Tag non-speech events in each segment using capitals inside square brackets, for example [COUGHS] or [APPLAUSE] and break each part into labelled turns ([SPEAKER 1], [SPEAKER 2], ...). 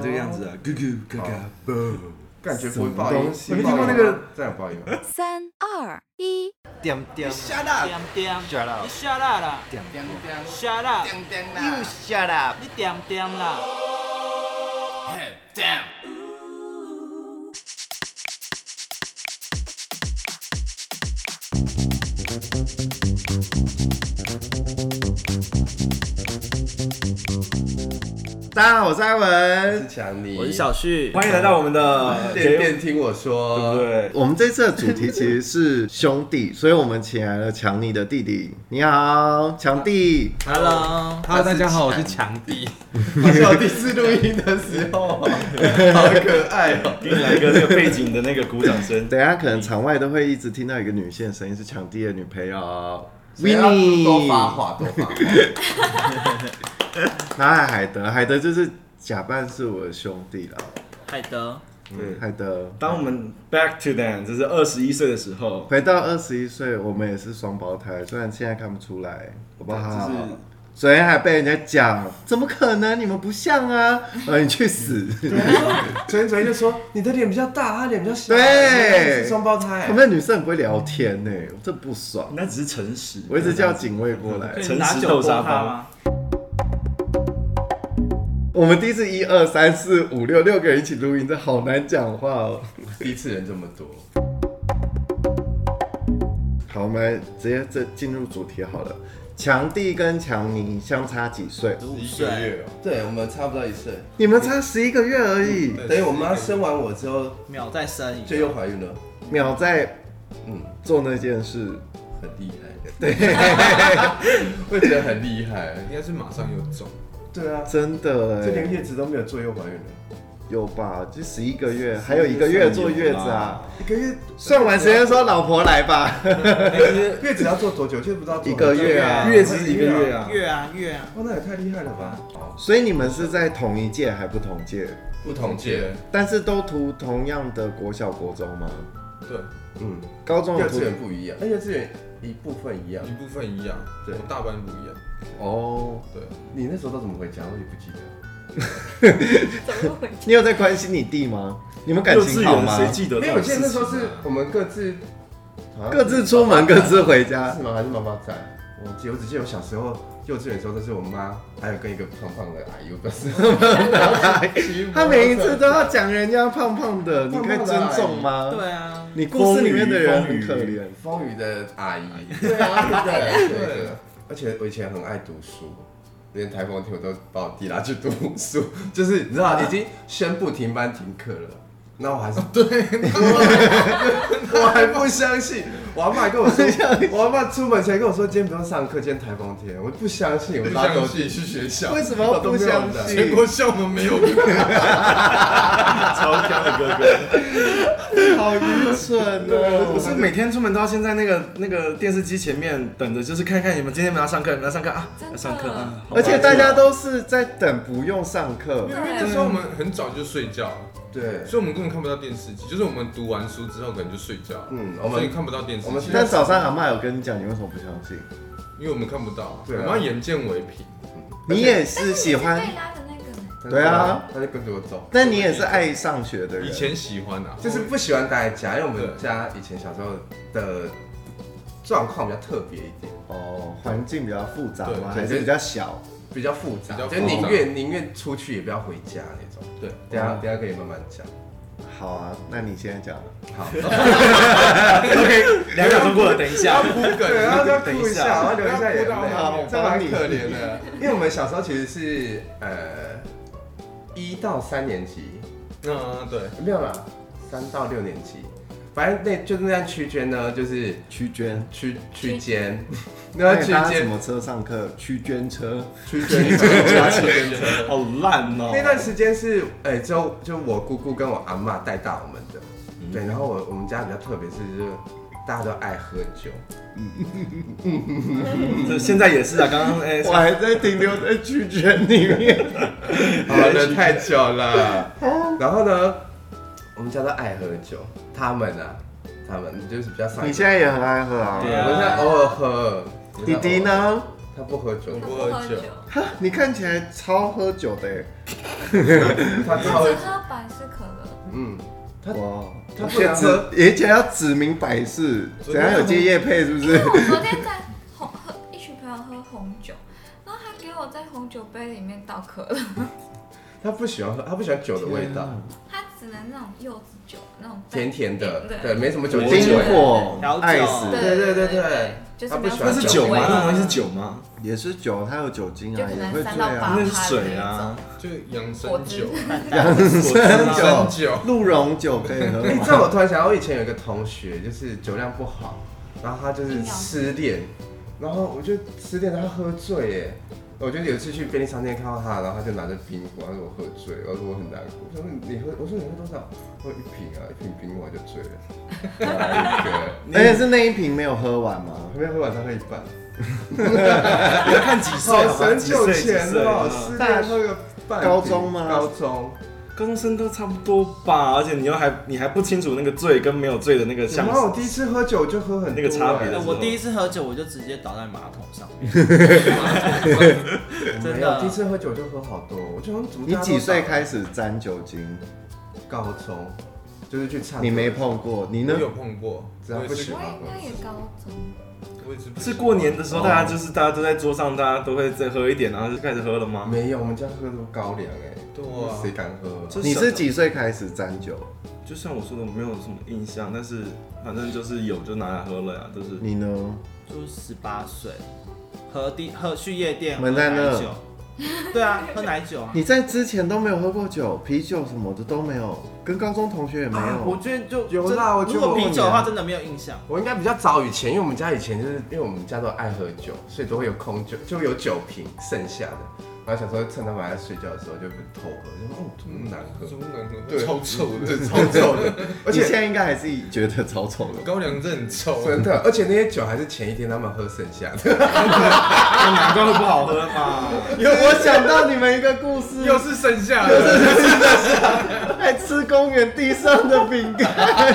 [SPEAKER 1] 这个样子啊，咕咕嘎嘎啵，
[SPEAKER 2] 感觉不会爆音，
[SPEAKER 1] 什么东西你没听过那个
[SPEAKER 2] 这样爆音吗？
[SPEAKER 3] 三二一，
[SPEAKER 4] 点点
[SPEAKER 5] Shut up！
[SPEAKER 4] 点点，shut up，
[SPEAKER 5] 你 shut up 啦
[SPEAKER 4] 点
[SPEAKER 5] 点点，shut up！
[SPEAKER 2] 叮
[SPEAKER 4] ，you shut up，
[SPEAKER 5] 你点点啦。
[SPEAKER 4] 大家好，我是艾文，
[SPEAKER 2] 强你，
[SPEAKER 4] 我是小旭，
[SPEAKER 1] 欢迎来到我们的
[SPEAKER 2] 电电听我说，
[SPEAKER 1] [LAUGHS] 对，
[SPEAKER 4] 我们这次的主题其实是兄弟，所以我们请来了强尼的弟弟。你好，强弟。
[SPEAKER 6] Hello，
[SPEAKER 2] Hello，大家好我是
[SPEAKER 6] 强弟。
[SPEAKER 2] 发现我第一次录音的时 [LAUGHS] 候，好可爱哦。
[SPEAKER 1] 给你 [LAUGHS] 来一个那个背景的那个鼓掌
[SPEAKER 2] 嗯
[SPEAKER 1] 声。
[SPEAKER 4] 等一下可能场外都会一直听到一个女性的声音，是强弟的女朋友
[SPEAKER 2] 多发
[SPEAKER 4] Winnie。
[SPEAKER 2] 话，多发话。
[SPEAKER 4] 然后海德，海德就是假扮是我的兄弟啦。
[SPEAKER 6] 海德，
[SPEAKER 2] 对，
[SPEAKER 4] 海德，
[SPEAKER 1] 当我们 back to them，这是二十一岁的时候，
[SPEAKER 4] 回到二十一岁，我们也是双胞胎，虽然现在看不出来，好不好？
[SPEAKER 1] 就是
[SPEAKER 4] 昨天还被人家讲，怎么可能？你们不像啊！
[SPEAKER 1] [LAUGHS]
[SPEAKER 4] 呃，你去死！
[SPEAKER 2] 昨天昨天就说你的脸比较大，他脸比较小，
[SPEAKER 4] 对
[SPEAKER 2] 是双胞胎
[SPEAKER 4] 他。们女生很不会聊天呢、我这不爽。
[SPEAKER 1] 那只是诚实。
[SPEAKER 4] 我一直叫警卫过来
[SPEAKER 6] 可。以
[SPEAKER 1] 诚
[SPEAKER 6] 拿
[SPEAKER 1] 实
[SPEAKER 6] 酒
[SPEAKER 1] 豆
[SPEAKER 6] 泼
[SPEAKER 1] 沙
[SPEAKER 6] 他
[SPEAKER 1] 包
[SPEAKER 6] 吗？
[SPEAKER 4] 我们第一次一二三四五六六个人一起录音，这好难讲话哦。
[SPEAKER 2] 第一次人这么多，
[SPEAKER 4] 好，我们直接这进入主题好了。强弟跟强尼相差几岁？
[SPEAKER 6] 十五
[SPEAKER 2] 一个
[SPEAKER 6] 岁，
[SPEAKER 2] 月哦。对，我们差不到一岁。
[SPEAKER 4] 你们差十一个月而已，
[SPEAKER 2] 等于我妈生完我之后，
[SPEAKER 6] 秒再生一
[SPEAKER 2] 就
[SPEAKER 6] 个。
[SPEAKER 2] 又怀孕了，
[SPEAKER 4] 秒在
[SPEAKER 2] 嗯，
[SPEAKER 4] 做那件事。
[SPEAKER 2] 很厉害。 [LAUGHS] 对，会觉得很厉害。
[SPEAKER 7] 应该是马上有种，
[SPEAKER 2] 对啊，
[SPEAKER 4] 真的哎、
[SPEAKER 2] 这连月子都没有做又怀孕了，
[SPEAKER 4] 有吧？就十一个月，还有一个月坐月子啊。
[SPEAKER 2] 一个月
[SPEAKER 4] 算完时间说老婆来吧，
[SPEAKER 2] 月子要做多久？就不知道做
[SPEAKER 4] 一个月啊。
[SPEAKER 1] 月子是一个月啊，
[SPEAKER 6] 月啊月啊，
[SPEAKER 2] 哦哇，那也太厉害了吧！
[SPEAKER 4] 所以你们是在同一届还不同届，
[SPEAKER 2] 不同届，
[SPEAKER 4] 但是都读同样的国小、国中吗？
[SPEAKER 7] 对，
[SPEAKER 2] 嗯，
[SPEAKER 4] 高中
[SPEAKER 2] 幼
[SPEAKER 4] 有读
[SPEAKER 2] 稚园不一样，那幼稚园一部分一样
[SPEAKER 7] 一。部分一样，
[SPEAKER 2] 对
[SPEAKER 7] 我大班不一样，
[SPEAKER 4] 哦，
[SPEAKER 7] 对，
[SPEAKER 2] 你那时候都怎么回家？我也不记得。
[SPEAKER 3] 怎么回
[SPEAKER 4] 你有在关心你弟吗？你们感
[SPEAKER 1] 幼
[SPEAKER 4] 情
[SPEAKER 1] 稚
[SPEAKER 4] 好
[SPEAKER 1] 园
[SPEAKER 4] 吗？
[SPEAKER 1] 谁记得
[SPEAKER 2] 没
[SPEAKER 1] 这
[SPEAKER 2] 有，
[SPEAKER 1] 种
[SPEAKER 2] 现
[SPEAKER 1] 事
[SPEAKER 2] 在那
[SPEAKER 1] 情？啊
[SPEAKER 2] 时候是我们各自
[SPEAKER 4] 啊各自出门，各自回
[SPEAKER 2] [LAUGHS]
[SPEAKER 4] 家。
[SPEAKER 2] 是吗？还是妈妈在？我记，我只记得我小时候幼稚园的时候都是我妈，还有跟一个胖胖的阿姨，我不知 [LAUGHS] 道。
[SPEAKER 4] 他每一次都要讲人家胖胖的，你可以尊重吗？，
[SPEAKER 6] 对啊，
[SPEAKER 4] 你故事里面的人很可
[SPEAKER 1] 风雨
[SPEAKER 4] 怜。
[SPEAKER 2] 风雨的阿姨，对啊，对对对。而且我以前很爱读书，连台风天我都把我弟拉去读书， [LAUGHS] 就是你知道已经宣布停班停课了，那我还是对， [LAUGHS] 我还不相信。我阿妈跟我说，我阿妈出门前跟我说今天不用上课，今天台风天，我不相信，我
[SPEAKER 7] 不
[SPEAKER 2] 拉着我
[SPEAKER 7] 相信去学
[SPEAKER 4] [LAUGHS]
[SPEAKER 7] 校，
[SPEAKER 4] 为什么不相
[SPEAKER 2] 我都
[SPEAKER 4] [LAUGHS] 信？
[SPEAKER 7] 全国校门没有，
[SPEAKER 1] [LAUGHS] 超强的哥哥。
[SPEAKER 4] 好愚蠢哦！
[SPEAKER 1] 我是每天出门都要先在那个那个电视机前面等着，就是看看你们今天有没有要上课，有没有要上课啊，
[SPEAKER 3] 真的
[SPEAKER 1] 要上课啊。好吧
[SPEAKER 4] [LAUGHS] 而且大家都是在等不用上 [LAUGHS] 课
[SPEAKER 7] 因，为那时候我们很早就睡觉了，
[SPEAKER 2] 对，
[SPEAKER 7] 所以我们根本看不到电视机，就是我们读完书之后可能就睡觉了，
[SPEAKER 2] 嗯我们
[SPEAKER 7] 所以看不到电视
[SPEAKER 2] 我们
[SPEAKER 7] 机，
[SPEAKER 4] 但早上阿妈有跟你讲，你为什么不相 [LAUGHS] 信？
[SPEAKER 7] 因为我们看不到，
[SPEAKER 2] 对啊
[SPEAKER 7] 我们要眼见为凭，
[SPEAKER 4] 你也是喜欢，
[SPEAKER 3] 被拉的那个呢？
[SPEAKER 4] 对啊，
[SPEAKER 2] 他就跟着我走。
[SPEAKER 4] [LAUGHS] 但你也是爱上学的人。
[SPEAKER 7] 以前喜欢啊， [LAUGHS]
[SPEAKER 2] 就是不喜欢待在家，因为我们
[SPEAKER 7] 对
[SPEAKER 2] 家以前小时候的状况比较特别一点，
[SPEAKER 4] 哦，环境比较复杂
[SPEAKER 7] 对
[SPEAKER 4] 嘛，
[SPEAKER 2] 对
[SPEAKER 4] 还是比较小。
[SPEAKER 2] 比较复杂，
[SPEAKER 7] 比较
[SPEAKER 2] 就
[SPEAKER 7] 复杂
[SPEAKER 2] 宁愿宁愿出去也不要回家那种。
[SPEAKER 7] 对，
[SPEAKER 2] 等一下等一下可以慢慢讲。
[SPEAKER 4] 好啊，那你现在讲。
[SPEAKER 7] [LAUGHS]
[SPEAKER 2] 好，
[SPEAKER 1] OK，两秒钟过了，等一下。
[SPEAKER 7] 不梗，
[SPEAKER 2] 对，然后再
[SPEAKER 1] 等一
[SPEAKER 2] 哭一
[SPEAKER 1] 下
[SPEAKER 2] 下，然后流一
[SPEAKER 7] 不
[SPEAKER 2] 下
[SPEAKER 7] 要
[SPEAKER 2] 眼
[SPEAKER 7] 哭到
[SPEAKER 2] 泪
[SPEAKER 7] 我，
[SPEAKER 2] 这蛮
[SPEAKER 4] 帮你
[SPEAKER 2] 可怜的。
[SPEAKER 7] [LAUGHS]
[SPEAKER 2] 因为我们小时候其实是呃一到三年级，
[SPEAKER 7] 嗯，对，
[SPEAKER 2] 没有啦，三到六年级，反正那就是那段区间呢，就是
[SPEAKER 4] 区间，
[SPEAKER 2] 区区间，那
[SPEAKER 4] [LAUGHS] 那
[SPEAKER 2] 段
[SPEAKER 4] 你
[SPEAKER 2] 区
[SPEAKER 4] 搭什
[SPEAKER 2] 间
[SPEAKER 4] 么车上课？区间车。
[SPEAKER 2] 区间加区间车。
[SPEAKER 1] 好烂哦、
[SPEAKER 2] 那段时间是，哎、之后就我姑姑跟我阿妈带大我们的，对，然后我我们家比较特别是就是大家都爱喝酒，
[SPEAKER 1] 这现在也是啊，刚刚哎，
[SPEAKER 4] [LAUGHS] 我还在停留在区间里 [LAUGHS] 面。
[SPEAKER 2] 喝的太久了， [LAUGHS] 然后呢，我们家都爱喝酒，他们啊，他们就是比较上瘾，
[SPEAKER 4] 你现在也很爱喝啊
[SPEAKER 6] 对。
[SPEAKER 2] 我现在偶尔喝，
[SPEAKER 4] 弟弟？呢？
[SPEAKER 2] 他不喝酒
[SPEAKER 7] 我，不
[SPEAKER 3] 不
[SPEAKER 7] 喝
[SPEAKER 3] 喝
[SPEAKER 7] 酒
[SPEAKER 3] 酒，
[SPEAKER 4] 你看起来超喝酒的耶，
[SPEAKER 2] 他
[SPEAKER 3] 只
[SPEAKER 2] 超
[SPEAKER 3] 喝百事可乐，
[SPEAKER 2] 嗯，他
[SPEAKER 4] 哇！
[SPEAKER 2] 他不
[SPEAKER 4] 现在
[SPEAKER 2] 能喝
[SPEAKER 4] 指，而且要指明百事，怎样有接叶配是不
[SPEAKER 3] 因为
[SPEAKER 4] 是？
[SPEAKER 3] 我昨天在红喝一群朋友喝红酒，然后他给我在红酒杯里面倒可乐，
[SPEAKER 2] 他不喜欢喝，他不喜欢酒的味道，
[SPEAKER 3] 他只能那种柚子酒那种带
[SPEAKER 2] 甜甜的，对，
[SPEAKER 3] 对
[SPEAKER 2] 没什么酒
[SPEAKER 1] 我
[SPEAKER 2] 精
[SPEAKER 4] 经
[SPEAKER 2] 味
[SPEAKER 3] 觉。
[SPEAKER 4] 过
[SPEAKER 6] 调酒
[SPEAKER 4] 爱
[SPEAKER 3] 对
[SPEAKER 4] 死，
[SPEAKER 2] 对对对
[SPEAKER 3] 对
[SPEAKER 2] 对，
[SPEAKER 3] 就是
[SPEAKER 2] 他不
[SPEAKER 3] 没有
[SPEAKER 2] 喜
[SPEAKER 1] 那是
[SPEAKER 2] 欢酒
[SPEAKER 1] 酒
[SPEAKER 3] 味
[SPEAKER 1] 吗？那种东西是酒吗？
[SPEAKER 4] 也是酒，它有酒精
[SPEAKER 3] 就
[SPEAKER 4] 啊，
[SPEAKER 3] 可
[SPEAKER 4] 也
[SPEAKER 3] 能
[SPEAKER 4] 会醉
[SPEAKER 3] 三到八
[SPEAKER 4] 啊。
[SPEAKER 1] 那
[SPEAKER 3] 趴
[SPEAKER 1] 是水啊，
[SPEAKER 7] 就养
[SPEAKER 3] 果
[SPEAKER 7] 生
[SPEAKER 3] 汁
[SPEAKER 7] 酒，
[SPEAKER 4] 养
[SPEAKER 7] 养生
[SPEAKER 4] 生酒、
[SPEAKER 7] 酒，
[SPEAKER 4] 鹿茸酒可以喝
[SPEAKER 2] 哎、
[SPEAKER 4] 吗？
[SPEAKER 2] 这我突然想到，我以前有一个同学，就是酒量不好，然后他就是
[SPEAKER 3] 饮料
[SPEAKER 2] 失恋，然后我就失恋，他喝醉耶。我就有一次去便利商店看到他，然后他就拿着冰果，他说我喝醉，我说我很难过。我说你喝，我说你喝多少？我说一瓶啊，一瓶冰果就醉了。拿了一
[SPEAKER 4] 而且是那一瓶没有喝完吗？
[SPEAKER 2] 个，后面晚上喝一半，
[SPEAKER 1] 你要看几岁
[SPEAKER 2] 好
[SPEAKER 1] 好吧？
[SPEAKER 2] 神
[SPEAKER 1] 几
[SPEAKER 2] 酒
[SPEAKER 1] 岁几
[SPEAKER 2] 钱
[SPEAKER 1] 岁
[SPEAKER 2] 哦，
[SPEAKER 1] 啊？
[SPEAKER 2] 失恋喝个半瓶
[SPEAKER 4] 高中吗
[SPEAKER 2] 高中，
[SPEAKER 1] 高中生都差不多吧，而且你又还你还不清楚那个醉跟没有醉的那个
[SPEAKER 2] 然
[SPEAKER 1] 相
[SPEAKER 2] 后我第一次喝酒就喝很多
[SPEAKER 1] 那个差别
[SPEAKER 2] 哎
[SPEAKER 6] 哎我第一次喝酒，我就直接倒在马桶上面，
[SPEAKER 2] 没有
[SPEAKER 6] 真的
[SPEAKER 2] 第一次喝酒就喝好多，我就想怎么
[SPEAKER 4] 你
[SPEAKER 2] 大家都
[SPEAKER 4] 几岁
[SPEAKER 2] 倒
[SPEAKER 4] 开始沾酒精？
[SPEAKER 2] 高中，就是去唱歌，
[SPEAKER 4] 你没碰过，你呢
[SPEAKER 7] 我？有碰过，
[SPEAKER 2] 只要
[SPEAKER 7] 我也
[SPEAKER 2] 不
[SPEAKER 7] 是
[SPEAKER 2] 喜
[SPEAKER 3] 我
[SPEAKER 2] 欢
[SPEAKER 3] 应该也高中，
[SPEAKER 7] 我也是不喜
[SPEAKER 1] 是
[SPEAKER 7] 欢
[SPEAKER 1] 过年的时候，大家就是大家都在桌上，大家都会再喝一点，然后就开始喝了吗？
[SPEAKER 2] 没有，我们家喝的都高粱哎、
[SPEAKER 7] 对啊
[SPEAKER 2] 谁敢喝？
[SPEAKER 1] 这
[SPEAKER 4] 你是几岁开始沾酒？
[SPEAKER 1] 就像我说的，我没有什么印象，但是反正就是有就拿来喝了呀，就是
[SPEAKER 4] 你呢？
[SPEAKER 6] 就是十八岁，喝第喝去夜店喝
[SPEAKER 4] 门在
[SPEAKER 6] 奶
[SPEAKER 4] 那
[SPEAKER 6] 酒，对啊，喝奶酒
[SPEAKER 1] [LAUGHS]
[SPEAKER 6] 啊。
[SPEAKER 4] 你在之前都没有喝过酒，啤酒什么的都没有，跟高中同学也没
[SPEAKER 2] 啊
[SPEAKER 4] 有
[SPEAKER 6] 我。觉得就
[SPEAKER 2] 有
[SPEAKER 6] 真
[SPEAKER 2] 啦啊我觉得
[SPEAKER 6] 如果
[SPEAKER 2] 我
[SPEAKER 1] 啊
[SPEAKER 6] 啤
[SPEAKER 2] 过
[SPEAKER 6] 酒的
[SPEAKER 2] 年
[SPEAKER 6] 话，真的没有印象。
[SPEAKER 2] 我应该比较早以前，因为我们家以前就是因为我们家都爱喝酒，所以都会有空酒，就会有酒瓶剩下的。然后想说趁他们还在睡觉的时候就偷喝，就说哦怎么那么难
[SPEAKER 4] [LAUGHS]
[SPEAKER 2] 喝，
[SPEAKER 7] 怎么可能
[SPEAKER 2] 对
[SPEAKER 7] 嗯超臭的，
[SPEAKER 2] 超 [LAUGHS] 臭的，而
[SPEAKER 4] 而且
[SPEAKER 2] 且
[SPEAKER 4] 现在应该还是觉得超丑的。
[SPEAKER 7] 高粱真的很臭，
[SPEAKER 2] 真的，而且那些酒还是前一天他们喝剩下的，
[SPEAKER 1] 难怪会不好喝嘛。
[SPEAKER 4] 有我想到你们一个故事，
[SPEAKER 7] 又是剩下的，
[SPEAKER 4] 在吃公园地上的饼干，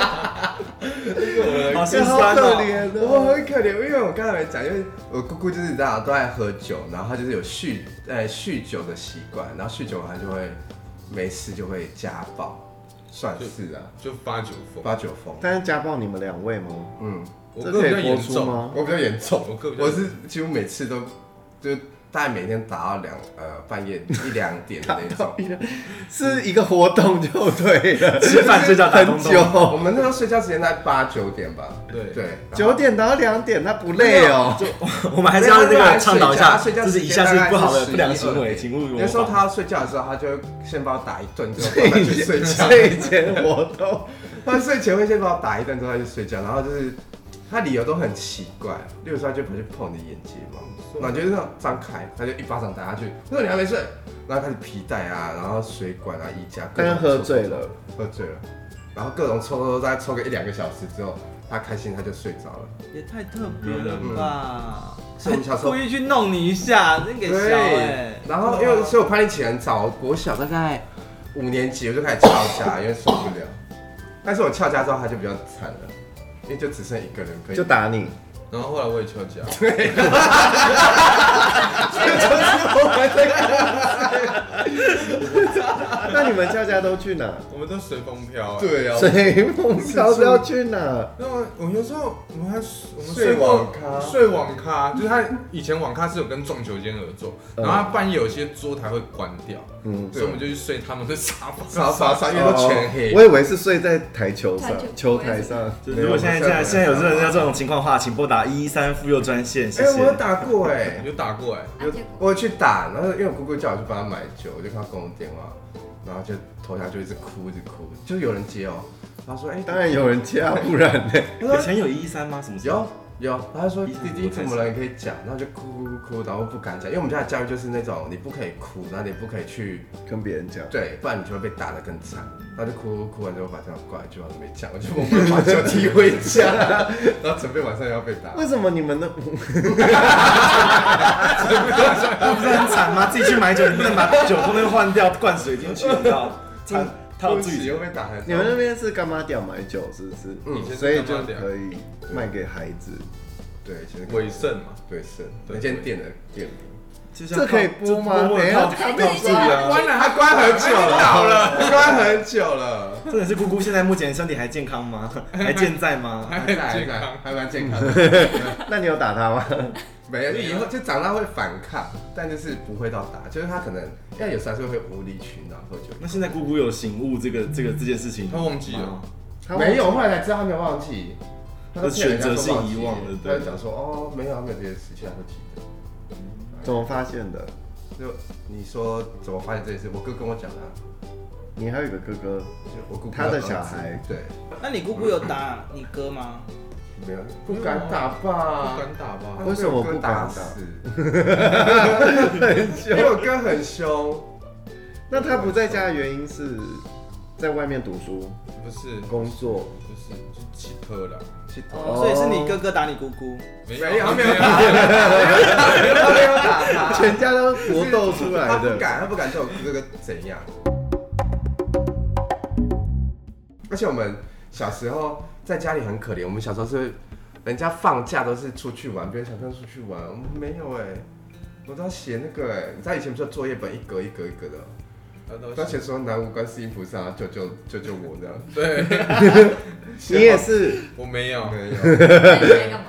[SPEAKER 1] 好心
[SPEAKER 4] 好
[SPEAKER 1] 酸
[SPEAKER 4] 可
[SPEAKER 1] 哦。
[SPEAKER 4] 怜
[SPEAKER 2] 我
[SPEAKER 4] 哦。
[SPEAKER 2] 很可怜，因为我刚才没讲，因为我姑姑就是大家都爱喝酒，然后她就是有酗呃酗酒的习惯，然后酗酒她就会没事就会家暴，算是啊，
[SPEAKER 7] 就发酒疯。
[SPEAKER 2] 发酒疯。
[SPEAKER 4] 但是家暴你们两位吗？
[SPEAKER 2] 嗯，
[SPEAKER 7] 我
[SPEAKER 4] 这
[SPEAKER 7] 哥
[SPEAKER 4] 可
[SPEAKER 7] 比较
[SPEAKER 4] 以播
[SPEAKER 7] 严
[SPEAKER 4] 出
[SPEAKER 7] 重，
[SPEAKER 4] 吗？
[SPEAKER 2] 我比较严重，
[SPEAKER 7] 我哥比较
[SPEAKER 2] 我是几乎每次都就大概每天打到两呃半夜一两点的 [LAUGHS] 那种。
[SPEAKER 4] 是一个活动就对了，
[SPEAKER 1] 吃饭睡觉打东
[SPEAKER 4] 很
[SPEAKER 1] 东
[SPEAKER 2] 我
[SPEAKER 4] 久，
[SPEAKER 2] 们那时候睡觉时间在八九点吧，
[SPEAKER 7] 对
[SPEAKER 2] 对，
[SPEAKER 4] 九点打到两点，那不累哦。
[SPEAKER 1] 我们还是要那个倡导一下，
[SPEAKER 2] 哎他睡觉
[SPEAKER 1] 就是以下是不好的不良行为，请勿模
[SPEAKER 2] 那时候
[SPEAKER 1] 仿。
[SPEAKER 2] 他睡觉的时候，他就会先把我打一顿，之后
[SPEAKER 4] 睡
[SPEAKER 2] 再
[SPEAKER 4] 前
[SPEAKER 2] 去
[SPEAKER 1] [LAUGHS]
[SPEAKER 2] 睡觉。
[SPEAKER 4] 睡前活动，
[SPEAKER 2] 他睡前会先把我打一顿，之后他就睡觉，然后就是他理由都很奇怪，例如说他就跑去碰你的眼睫
[SPEAKER 1] 啊
[SPEAKER 2] 毛，然后就是那种张开，他就一巴掌打下去，他说你还没睡，然后开始皮带啊，然后水管啊、衣架，
[SPEAKER 4] [LAUGHS]
[SPEAKER 2] 各
[SPEAKER 4] 但
[SPEAKER 2] 种
[SPEAKER 4] 是喝醉了，
[SPEAKER 2] 抽，喝醉了，然后各种抽抽抽，大概抽个一两个小时之后，他开心他就睡着了。
[SPEAKER 6] 也太特别了吧！
[SPEAKER 2] 所以我们小时候
[SPEAKER 6] [LAUGHS] 故意去弄你一下，真给笑哎、
[SPEAKER 2] 然后因为所以我叛逆期很早，我国小大概五年级我就开始翘家，因为受不了。但是我翘家之后，他就比较惨了，因为就只剩一个人可以。
[SPEAKER 4] 就打你。
[SPEAKER 7] 然后后来我也翘家，
[SPEAKER 4] 那你们家家都去哪？
[SPEAKER 7] 我们都随风飘。哎，
[SPEAKER 2] 对啊，
[SPEAKER 4] 水梦飘是要去哪？
[SPEAKER 7] 那我我有时候我们还我们
[SPEAKER 2] 睡
[SPEAKER 7] 睡
[SPEAKER 2] 网
[SPEAKER 7] 过
[SPEAKER 2] 咖
[SPEAKER 7] 睡网咖，就是他以前网咖是有跟撞球间合作，然后他半夜有些桌台会关掉，
[SPEAKER 4] 嗯，
[SPEAKER 7] 所以我们就去哦睡他们的沙发
[SPEAKER 2] 沙发上因为都全黑。
[SPEAKER 4] 哦我以为是睡在台球上
[SPEAKER 3] 台球，
[SPEAKER 4] 球台上。
[SPEAKER 1] 就如果现在现在现在有人要这种情况的话，请拨打一一三妇幼专线，谢
[SPEAKER 2] 哎、我有
[SPEAKER 1] 谢。
[SPEAKER 2] 打过哎、
[SPEAKER 7] 你就打过来，
[SPEAKER 3] 啊
[SPEAKER 2] 有
[SPEAKER 3] 结果
[SPEAKER 2] 我有去打，然后因为我姑姑叫我去帮她买酒，我就跟她公电话，然后就投下就一直哭一直哭，就是有人接哦、她说哎、
[SPEAKER 4] 当然有人家，不然呢？
[SPEAKER 2] 她
[SPEAKER 1] 以
[SPEAKER 2] 说
[SPEAKER 1] 前有一一三吗？什么时候
[SPEAKER 2] 有？有，他就说弟弟怎么了？你可以讲，然后就哭哭哭哭，然后不敢讲，因为我们家的教育就是那种你不可以哭，然后你不可以去，
[SPEAKER 4] 跟别
[SPEAKER 2] [LAUGHS]
[SPEAKER 4] 人讲，
[SPEAKER 2] 对，不然你就会被打得更惨。他就哭哭哭完之后把这样挂一句话都没讲，我就默默把酒提回家， [LAUGHS] 然后准备晚上要被打。
[SPEAKER 4] 为什么你们的
[SPEAKER 2] 嗯
[SPEAKER 1] 那不是很惨吗？自己去买酒，你不能把酒通通换掉，灌水进去，你知道？他他有
[SPEAKER 2] 不
[SPEAKER 1] 注
[SPEAKER 2] 起
[SPEAKER 1] 意。
[SPEAKER 2] 又被打还是
[SPEAKER 4] 你们那边是干妈店买酒是不是？
[SPEAKER 2] 嗯
[SPEAKER 7] 以前
[SPEAKER 4] 所以
[SPEAKER 7] 是干
[SPEAKER 4] 就
[SPEAKER 7] 嘛的呀
[SPEAKER 4] 可以卖给孩子。
[SPEAKER 2] 对，其实
[SPEAKER 7] 伟盛嘛，
[SPEAKER 2] 对是
[SPEAKER 7] 对
[SPEAKER 2] 那间店的店名。
[SPEAKER 4] 这可以播吗？等一下，
[SPEAKER 3] 还可以这
[SPEAKER 7] 啊
[SPEAKER 3] 样，
[SPEAKER 7] 关了，他关很久了，倒了， [LAUGHS]
[SPEAKER 2] 关很久了，
[SPEAKER 1] [LAUGHS] 重点是姑姑现在目前身体还健康吗？ [LAUGHS] 还健在吗？ [LAUGHS]
[SPEAKER 2] 还在还在，还蛮健康的。
[SPEAKER 4] 那你有打他吗？
[SPEAKER 2] [LAUGHS] 没有，就以后就长大会反抗，但就是不会到打，就是他可能，因为有时候还是会无理取闹，喝酒。
[SPEAKER 1] 那现在姑姑有醒悟这个这个这件事情，
[SPEAKER 7] 他忘记了。
[SPEAKER 2] 没有，后来才知道他没有忘记，他都骗人家说
[SPEAKER 1] 选择
[SPEAKER 2] 忘记
[SPEAKER 1] 性遗忘了对
[SPEAKER 2] 他就讲说哦，没有，他没有这件事情，他会记得。
[SPEAKER 4] 怎么发现的？
[SPEAKER 2] 就你说怎么发现这件事？我哥跟我讲的啊，
[SPEAKER 4] 你还有一个哥哥，
[SPEAKER 2] 就我姑姑
[SPEAKER 4] 他的
[SPEAKER 2] 儿子
[SPEAKER 4] 小孩
[SPEAKER 2] 对，
[SPEAKER 6] 那你姑姑有打你哥吗？
[SPEAKER 2] 没有不敢打吧？
[SPEAKER 7] 不敢打吧？
[SPEAKER 4] 为什么不敢打
[SPEAKER 2] 打死？因为我哥很凶，
[SPEAKER 4] 那他不在家的原因是在外面读书、
[SPEAKER 7] 不是，不
[SPEAKER 4] 工作。
[SPEAKER 7] 是，就几颗了，
[SPEAKER 2] 去打
[SPEAKER 6] 哦，所以是你哥哥打你姑姑。
[SPEAKER 7] 没
[SPEAKER 2] 没有
[SPEAKER 7] 他
[SPEAKER 2] 他没
[SPEAKER 7] 没有
[SPEAKER 2] 有
[SPEAKER 7] 打
[SPEAKER 2] 打， [LAUGHS] 他没有打他，
[SPEAKER 4] 全家都搏斗出来
[SPEAKER 2] 啊他不
[SPEAKER 4] 的，
[SPEAKER 2] 敢，他不敢对我哥哥怎样。而且我们小时候在家里很可怜，我们小时候是人家放假都是出去玩，别人小朋友出去玩，我们没有哎、我都要写那个哎、你知道以前不是有作业本一格一格一格的哦，
[SPEAKER 4] 嗯
[SPEAKER 7] 他
[SPEAKER 2] 当
[SPEAKER 7] 都
[SPEAKER 2] 时说南无观世音菩萨救救救救我这样，
[SPEAKER 7] 对，
[SPEAKER 4] 你也是
[SPEAKER 7] 我没有，
[SPEAKER 2] 没有，
[SPEAKER 3] 那你在干嘛？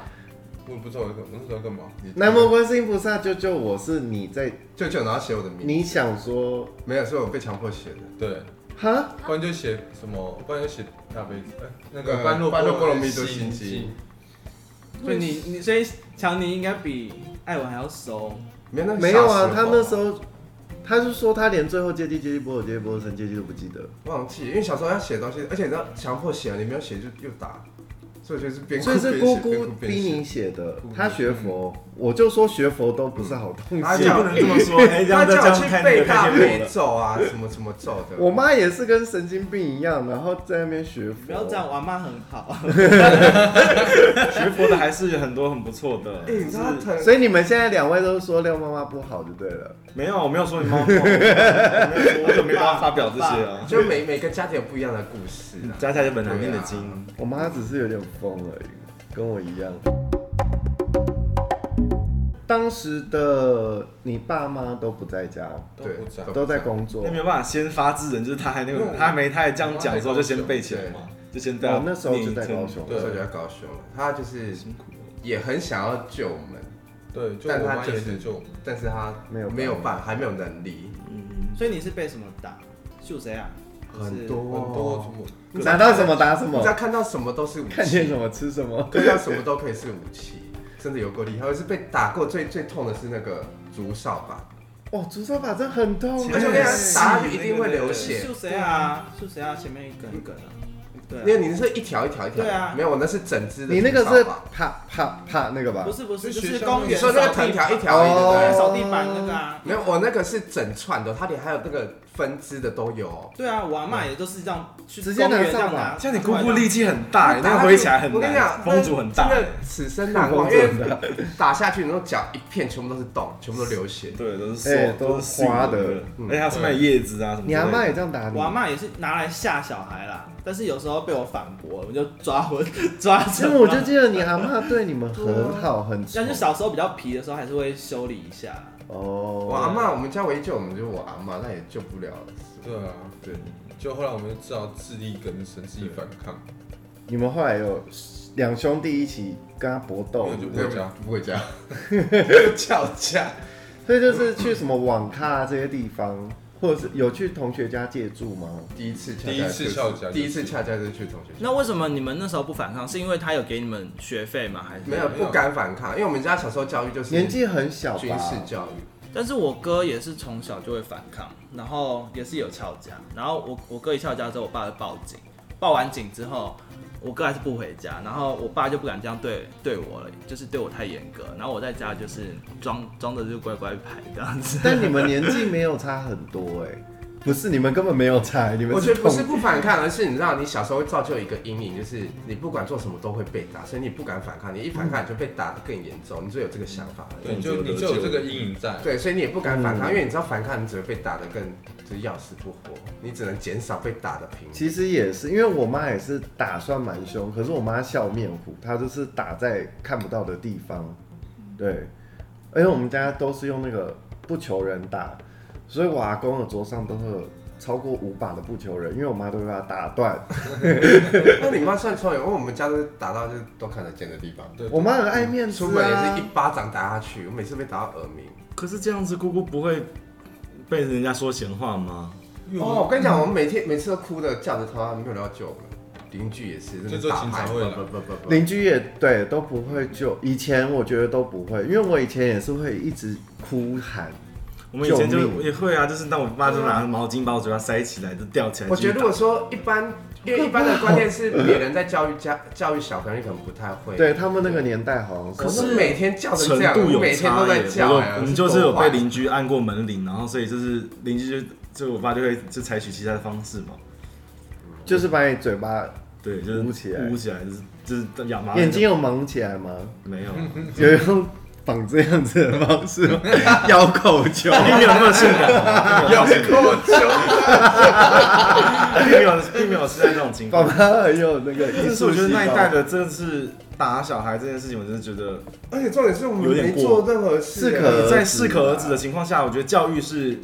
[SPEAKER 7] [LAUGHS] 我不知道我那时候干嘛。
[SPEAKER 4] 南无观世音菩萨救救我，是你在
[SPEAKER 2] 救救，然后写我的名字，
[SPEAKER 4] 你想说
[SPEAKER 2] 没有，是我被强迫写的。
[SPEAKER 7] 对，
[SPEAKER 4] 哈？
[SPEAKER 7] 不然就写什么，不然就写大杯子，哎，那
[SPEAKER 2] 那
[SPEAKER 7] 个
[SPEAKER 2] 个般
[SPEAKER 7] 般若
[SPEAKER 2] 若
[SPEAKER 7] 波
[SPEAKER 2] 波
[SPEAKER 7] 罗
[SPEAKER 2] 罗
[SPEAKER 7] 蜜
[SPEAKER 2] 蜜
[SPEAKER 7] 多
[SPEAKER 2] 多心
[SPEAKER 7] 心经
[SPEAKER 2] 经，
[SPEAKER 6] 所以你你所以强尼应该比艾文还要熟。
[SPEAKER 2] 没有那
[SPEAKER 4] 没有啊，他那
[SPEAKER 2] 们
[SPEAKER 4] 时候他是说他连最后阶梯阶梯波尔阶梯波尔升阶梯都不记得，
[SPEAKER 2] 忘记，因为小时候要写东西，而且你知道强迫写，你没有写就又打，所以就是边哭
[SPEAKER 4] 所以
[SPEAKER 2] 边写
[SPEAKER 4] 是姑
[SPEAKER 2] 边
[SPEAKER 4] 姑
[SPEAKER 2] 哭边
[SPEAKER 4] 逼
[SPEAKER 2] 写
[SPEAKER 4] 你写的。他学佛，我就说学佛都不是好东
[SPEAKER 2] 他
[SPEAKER 8] 嗯
[SPEAKER 4] 西。
[SPEAKER 1] 也不能这么说，哎，这
[SPEAKER 2] 他
[SPEAKER 1] 样这
[SPEAKER 2] 叫
[SPEAKER 1] 样
[SPEAKER 2] 我去
[SPEAKER 1] 太那
[SPEAKER 2] 背
[SPEAKER 1] 个
[SPEAKER 2] 大
[SPEAKER 1] 太偏 [LAUGHS]
[SPEAKER 2] 悲
[SPEAKER 1] 颇了。
[SPEAKER 2] 咒啊，什么什么咒的。
[SPEAKER 4] 我妈也是跟神经病一样，然后在那边学佛。
[SPEAKER 6] 不要这样，我阿妈很好。 [LAUGHS]
[SPEAKER 1] 学佛的还是很多很不错的
[SPEAKER 2] 哎，，你知道他疼，
[SPEAKER 4] 所以你们现在两位都说廖妈妈不好就对了。
[SPEAKER 1] 没有，我没有说你猫 [LAUGHS] 不好，我没有说我就没办法发表这些啊。
[SPEAKER 2] [LAUGHS] 就每每个家庭有不一样的故事啊。
[SPEAKER 1] 加起来就本难念的经，
[SPEAKER 4] 我妈只是有点疯而已，跟我一样。当时的你爸妈都不在家，
[SPEAKER 2] 对
[SPEAKER 7] 都不在，
[SPEAKER 4] 都在工作
[SPEAKER 1] 那。没有办法先发制人，就是他还那个他还没他还这样讲的时候就先背起来嘛，就先背
[SPEAKER 4] 我
[SPEAKER 1] 到。
[SPEAKER 4] 哦那时候就在高雄，
[SPEAKER 2] 啊那时候就在高雄了，他就是也很想要救我们，
[SPEAKER 7] 对，就
[SPEAKER 2] 但
[SPEAKER 7] 我
[SPEAKER 2] 他
[SPEAKER 7] 妈
[SPEAKER 2] 就
[SPEAKER 7] 也
[SPEAKER 2] 是
[SPEAKER 7] 是就
[SPEAKER 2] 但是他
[SPEAKER 4] 没有
[SPEAKER 2] 没有
[SPEAKER 4] 办
[SPEAKER 2] 办，还没有能力，
[SPEAKER 6] 所以你是被什么打？秀谁啊？
[SPEAKER 2] 很
[SPEAKER 7] 很
[SPEAKER 2] 多
[SPEAKER 7] 多什么，
[SPEAKER 2] 你
[SPEAKER 4] 拿到什么打什
[SPEAKER 2] 你
[SPEAKER 4] 么
[SPEAKER 2] 只，要看到什么都是武器，
[SPEAKER 4] 看见什么吃什么。
[SPEAKER 2] 对啊，什么都可以是武器，真的有够厉害。我是被打过最最痛的是那个竹扫把，
[SPEAKER 4] 哦，竹扫把真的很痛
[SPEAKER 1] 对
[SPEAKER 2] 而且我跟你
[SPEAKER 1] 他
[SPEAKER 2] 讲，
[SPEAKER 4] 哎。
[SPEAKER 2] 打下去一定会流血
[SPEAKER 6] 秀。谁啊？秀谁啊？前面一根一根啊。
[SPEAKER 2] 因
[SPEAKER 6] 对
[SPEAKER 2] 为
[SPEAKER 6] 啊。
[SPEAKER 2] 你是一条一条一条，
[SPEAKER 6] 对啊
[SPEAKER 2] 没有，我那是整只的。
[SPEAKER 4] 你那个是，啪啪啪那个吧
[SPEAKER 6] 不？是不是，就
[SPEAKER 7] 学
[SPEAKER 6] 是
[SPEAKER 7] 校
[SPEAKER 6] 公
[SPEAKER 2] 你
[SPEAKER 6] 园
[SPEAKER 2] 说那
[SPEAKER 6] 扫
[SPEAKER 2] 个藤
[SPEAKER 6] 地
[SPEAKER 2] 条
[SPEAKER 6] 板
[SPEAKER 2] 一条一
[SPEAKER 4] 哦
[SPEAKER 2] 的，对
[SPEAKER 6] 扫地板那个啊。
[SPEAKER 2] 没有，我那个是整串的，它连还有那个分支的都有。
[SPEAKER 6] 对啊，我阿妈也都是这样去
[SPEAKER 4] 直接拿
[SPEAKER 6] 公
[SPEAKER 4] 扫
[SPEAKER 6] 园这样
[SPEAKER 4] 把
[SPEAKER 6] 拿。啊
[SPEAKER 1] 像你姑姑力气很大，
[SPEAKER 2] 你
[SPEAKER 1] 你哎那
[SPEAKER 2] 打下去
[SPEAKER 1] 个挥起来很
[SPEAKER 2] 我跟你
[SPEAKER 1] 难，
[SPEAKER 2] 讲，
[SPEAKER 1] 风阻很大
[SPEAKER 2] 真。的此生
[SPEAKER 1] [LAUGHS]
[SPEAKER 2] 难忘，因为打下去，你那脚一片全部都是洞，全部都流血。
[SPEAKER 1] 对，都是
[SPEAKER 4] 哎
[SPEAKER 1] 瘦，
[SPEAKER 4] 都是
[SPEAKER 1] 是
[SPEAKER 4] 花
[SPEAKER 1] 细
[SPEAKER 4] 的
[SPEAKER 1] 而
[SPEAKER 2] 嗯
[SPEAKER 1] 且它上面有叶子啊什么之类的。
[SPEAKER 4] 你阿妈也这样打你
[SPEAKER 6] 我？阿妈也是拿来吓小孩啦，但是有时候被我反驳，我就抓我 [LAUGHS] 抓着。
[SPEAKER 4] 因为我就记得你阿妈对你们很好很宠
[SPEAKER 6] 但是小时候比较皮的时候，还是会修理一下。
[SPEAKER 2] 我
[SPEAKER 4] 哦。
[SPEAKER 2] 阿妈，我们家唯一救我们就是我阿妈，那也救不了了。
[SPEAKER 7] 对啊，
[SPEAKER 2] 对，
[SPEAKER 7] 就后来我们就知道自力更生，自己反抗，
[SPEAKER 4] 你们后来有两兄弟一起跟他搏斗
[SPEAKER 7] 没有，就
[SPEAKER 4] 对不对
[SPEAKER 7] 不回家，
[SPEAKER 2] 不回 [LAUGHS] 家，叫家。
[SPEAKER 4] 所以就是去什么网咖这些地方，或者是有去同学家借住吗？
[SPEAKER 2] 第一次恰恰
[SPEAKER 7] 第一次翘家就是
[SPEAKER 2] 第一次恰恰就是去同学家，
[SPEAKER 6] 那为什么你们那时候不反抗？是因为他有给你们学费吗？还是
[SPEAKER 2] 没有啊不敢反抗，因为我们家小时候教育就是
[SPEAKER 4] 年纪很小吧？
[SPEAKER 2] 军事教育，
[SPEAKER 6] 但是我哥也是从小就会反抗，然后也是有翘家，然后我我哥一翘家之后，我爸就报警，报完警之后，我哥还是不回家，然后我爸就不敢这样对对我了，就是对我太严格，然后我在家就是装装的就是乖乖牌这样子。
[SPEAKER 4] 但你们年纪没有差很多哎、不是你们根本没有才，你
[SPEAKER 2] 我
[SPEAKER 4] 们
[SPEAKER 2] 觉
[SPEAKER 4] 是
[SPEAKER 2] 得不
[SPEAKER 4] 痛
[SPEAKER 2] 是不反抗，而是你知道，你小时候会造就一个阴影，就是你不管做什么都会被打，所以你不敢反抗，你一反抗你就被打得更严重，你就有这个想法了。
[SPEAKER 7] 对，就你就有这个阴影在。
[SPEAKER 2] 对，所以你也不敢反抗，因为你知道反抗你只会被打得更就是要死不活，你只能减少被打的频率。
[SPEAKER 4] 其实也是，因为我妈也是打算蛮凶，可是我妈笑面虎，她就是打在看不到的地方。对，而且我们家都是用那个不求人打，所以我阿公的桌上都会有超过五把的不求人，因为我妈都会把它打断。
[SPEAKER 2] 那你妈算聪明，因为我们家都是打到就是都看得见的地方，
[SPEAKER 7] 对
[SPEAKER 4] 我妈很爱面子
[SPEAKER 2] 出门也
[SPEAKER 4] 啊
[SPEAKER 2] 是一，巴掌打下去，我每次被打到耳鸣。
[SPEAKER 8] 可是这样子，姑姑不会被人家说闲话吗？
[SPEAKER 2] 哦，我跟你讲，我们每天每次都哭的叫着她，没有人要救我们。邻居也是，
[SPEAKER 7] 就
[SPEAKER 2] 真的打
[SPEAKER 7] 警察
[SPEAKER 2] 牌
[SPEAKER 7] 会来
[SPEAKER 2] 不不不不不，
[SPEAKER 4] 邻居也对都不会救。以前我觉得都不会，因为我以前也是会一直哭喊。
[SPEAKER 8] 我们以前
[SPEAKER 4] 救
[SPEAKER 8] 就
[SPEAKER 4] 命
[SPEAKER 8] 也会啊，就是那我爸就拿毛巾把我嘴巴塞起来，就吊起来。
[SPEAKER 2] 我觉得如果说一般，因为一般的观念是别人在教育家教育小朋友，你可能不太会。
[SPEAKER 4] 对他们那个年代好像是
[SPEAKER 2] 我是每天叫成
[SPEAKER 8] 程
[SPEAKER 2] 这样，
[SPEAKER 8] 度有
[SPEAKER 2] 每天
[SPEAKER 8] 差
[SPEAKER 2] 都在
[SPEAKER 8] 耶，
[SPEAKER 2] 叫
[SPEAKER 8] 我
[SPEAKER 2] 哎、
[SPEAKER 8] 我们就是有被
[SPEAKER 2] 凌。
[SPEAKER 8] 邻居按过门铃，然后所以就是邻居就就我爸就会就采取其他的方式嘛，
[SPEAKER 4] 就是把你嘴巴
[SPEAKER 8] 对，就是
[SPEAKER 4] 捂起来
[SPEAKER 8] 捂起来，就是就是养妈
[SPEAKER 4] 眼睛有蒙起来吗？
[SPEAKER 8] 没有，你
[SPEAKER 4] 有用绑这样子的方式吗？咬口球，
[SPEAKER 8] 没有那么性感，咬口球，并没有并没有是在这种
[SPEAKER 4] [LAUGHS]
[SPEAKER 8] 情
[SPEAKER 4] 爸
[SPEAKER 8] 况
[SPEAKER 4] 爸。很有那个艺
[SPEAKER 8] 但是我
[SPEAKER 4] 术
[SPEAKER 8] 觉得
[SPEAKER 4] 细
[SPEAKER 8] 那一代
[SPEAKER 4] 胞。
[SPEAKER 8] 的真的是打小孩这件事情，我真的觉得
[SPEAKER 2] 而且重点是我们
[SPEAKER 8] 有点
[SPEAKER 2] 没
[SPEAKER 8] 过
[SPEAKER 2] 做任何事、
[SPEAKER 4] 适可而止
[SPEAKER 2] 啊，
[SPEAKER 8] 在适可而止的情况下，我觉得教育是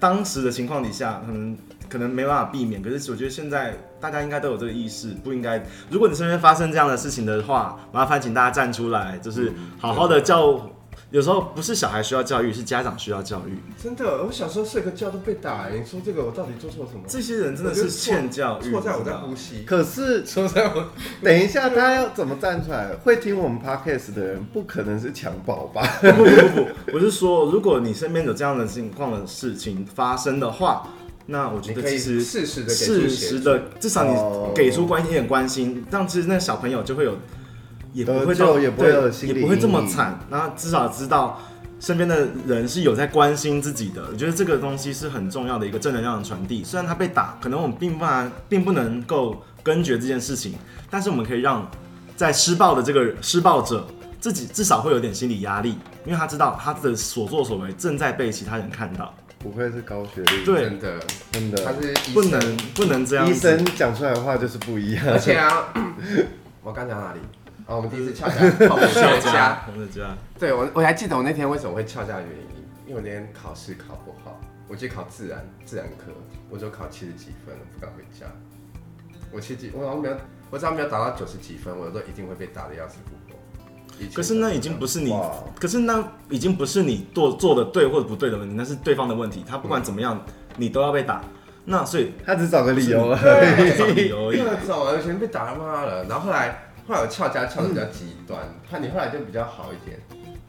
[SPEAKER 8] 当时的情况底下，可能可能没办法避免。可是我觉得现在大家应该都有这个意识，不应该。如果你身边发生这样的事情的话，麻烦请大家站出来，就是好好的教。有时候不是小孩需要教育，是家长需要教育。
[SPEAKER 2] 真的，我小时候睡个觉都被打、哎你说这个我到底做错什么？
[SPEAKER 8] 这些人真的
[SPEAKER 2] 我觉
[SPEAKER 8] 是
[SPEAKER 2] 得错
[SPEAKER 8] 欠教育，
[SPEAKER 2] 错在我
[SPEAKER 8] 你知
[SPEAKER 2] 在
[SPEAKER 8] 道吗
[SPEAKER 2] 呼吸。
[SPEAKER 4] 可是
[SPEAKER 7] 说实在，我
[SPEAKER 4] 等一下，他要怎么站出来？会听我们 podcast 的人，不可能是强暴吧？
[SPEAKER 8] 不不不不，我是说，如果你身边有这样的情况的事情发生的话，那我觉
[SPEAKER 2] 你
[SPEAKER 8] 得
[SPEAKER 2] 可以
[SPEAKER 8] 其实
[SPEAKER 2] 适时地给出
[SPEAKER 8] 适
[SPEAKER 2] 协
[SPEAKER 8] 时
[SPEAKER 2] 助
[SPEAKER 8] 的，至少
[SPEAKER 4] 哦
[SPEAKER 8] 你给出关一点关心，让其实那小朋友就会有，也不会
[SPEAKER 4] 得救
[SPEAKER 8] 到
[SPEAKER 4] 也不会有
[SPEAKER 8] 对
[SPEAKER 4] 心
[SPEAKER 8] 也
[SPEAKER 4] 理
[SPEAKER 8] 不会这么
[SPEAKER 4] 阴影
[SPEAKER 8] 惨，然后至少知道。身边的人是有在关心自己的，我觉得这个东西是很重要的一个正能量的传递。虽然他被打，可能我们并不然并不能够根绝这件事情，但是我们可以让在施暴的这个施暴者自己至少会有点心理压力，因为他知道他的所作所为正在被其他人看到。
[SPEAKER 4] [LAUGHS] 不愧是高学历，
[SPEAKER 8] 对
[SPEAKER 2] 真的，
[SPEAKER 4] 真
[SPEAKER 2] 他
[SPEAKER 4] 的。
[SPEAKER 2] 是医生
[SPEAKER 8] 不能不能这样子。
[SPEAKER 4] 医生讲出来的话就是不一样。
[SPEAKER 2] 而且啊， [COUGHS] 我刚讲哪里？啊，我们第一次翘家，我们翘家。
[SPEAKER 8] 我们家
[SPEAKER 2] 对我，我还记得我那天为什么会翘家的原因，因为我那天考试考不好，我去考自然自然科，我就考七十几分，我不敢回家。我七几，我好像没有，我只要没有达到九十几分，我都一定会被打的要死不活。以前
[SPEAKER 8] 可是那已经不是你
[SPEAKER 4] 哇，
[SPEAKER 8] 可是那已经不是你做做的对或者不对的问题，那是对方的问题。他不管怎么样，你都要被打。那所以
[SPEAKER 4] 他
[SPEAKER 8] 哎
[SPEAKER 4] 只找个理 [LAUGHS] 由而已。
[SPEAKER 8] 找
[SPEAKER 2] [LAUGHS]
[SPEAKER 8] 理由而已。
[SPEAKER 2] 各种啊，以前被打他妈了，然后后来后来我翘家翘的比较极端，看、你后来就比较好一点。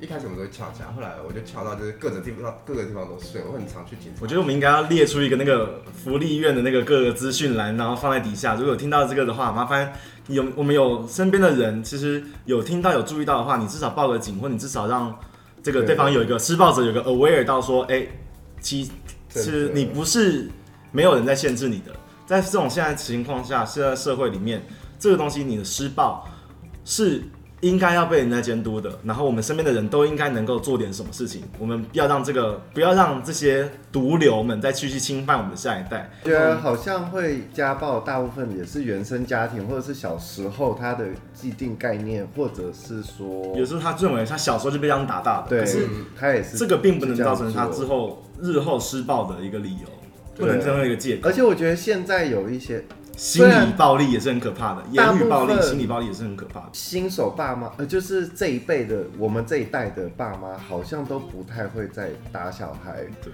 [SPEAKER 2] 一开始我们都会翘家，后来我就翘到就是各个地方各个地方都睡，我很常去警察。
[SPEAKER 8] 我觉得我们应该要列出一个那个福利院的那个各个资讯栏，然后放在底下。如果有听到这个的话，麻烦有我们有身边的人，其实有听到有注意到的话，你至少报个警，或你至少让这个对方有一个施暴者有一个 aware 到说，哎、其
[SPEAKER 2] 真的
[SPEAKER 8] 是你不是没有人在限制你的，在这种现在情况下，现在社会里面，这个东西你的施暴是应该要被人家监督的，然后我们身边的人都应该能够做点什么事情，我们不要让这个不要让这些毒瘤们再继续侵犯我们的下一代。
[SPEAKER 4] 觉得好像会家暴，大部分也是原生家庭或者是小时候他的既定概念，或者是说，
[SPEAKER 8] 有时候他认为他小时候就被这样打大的，
[SPEAKER 4] 对
[SPEAKER 8] 可是，
[SPEAKER 4] 他也是
[SPEAKER 8] 这个并不能
[SPEAKER 4] 这样
[SPEAKER 8] 造成他
[SPEAKER 4] 做
[SPEAKER 8] 之后日后施暴的一个理由，不
[SPEAKER 4] 对
[SPEAKER 8] 能成为一个借口
[SPEAKER 4] 而。且我觉得现在有一些
[SPEAKER 8] 心
[SPEAKER 4] 虽然
[SPEAKER 8] 理暴力也是很可怕的，
[SPEAKER 4] 啊大
[SPEAKER 8] 言
[SPEAKER 4] 部分
[SPEAKER 8] 语暴力、心理暴力也是很可怕的。
[SPEAKER 4] 新手爸妈，呃，就是这一辈的，我们这一代的爸妈，好像都不太会再打小孩，
[SPEAKER 8] 对，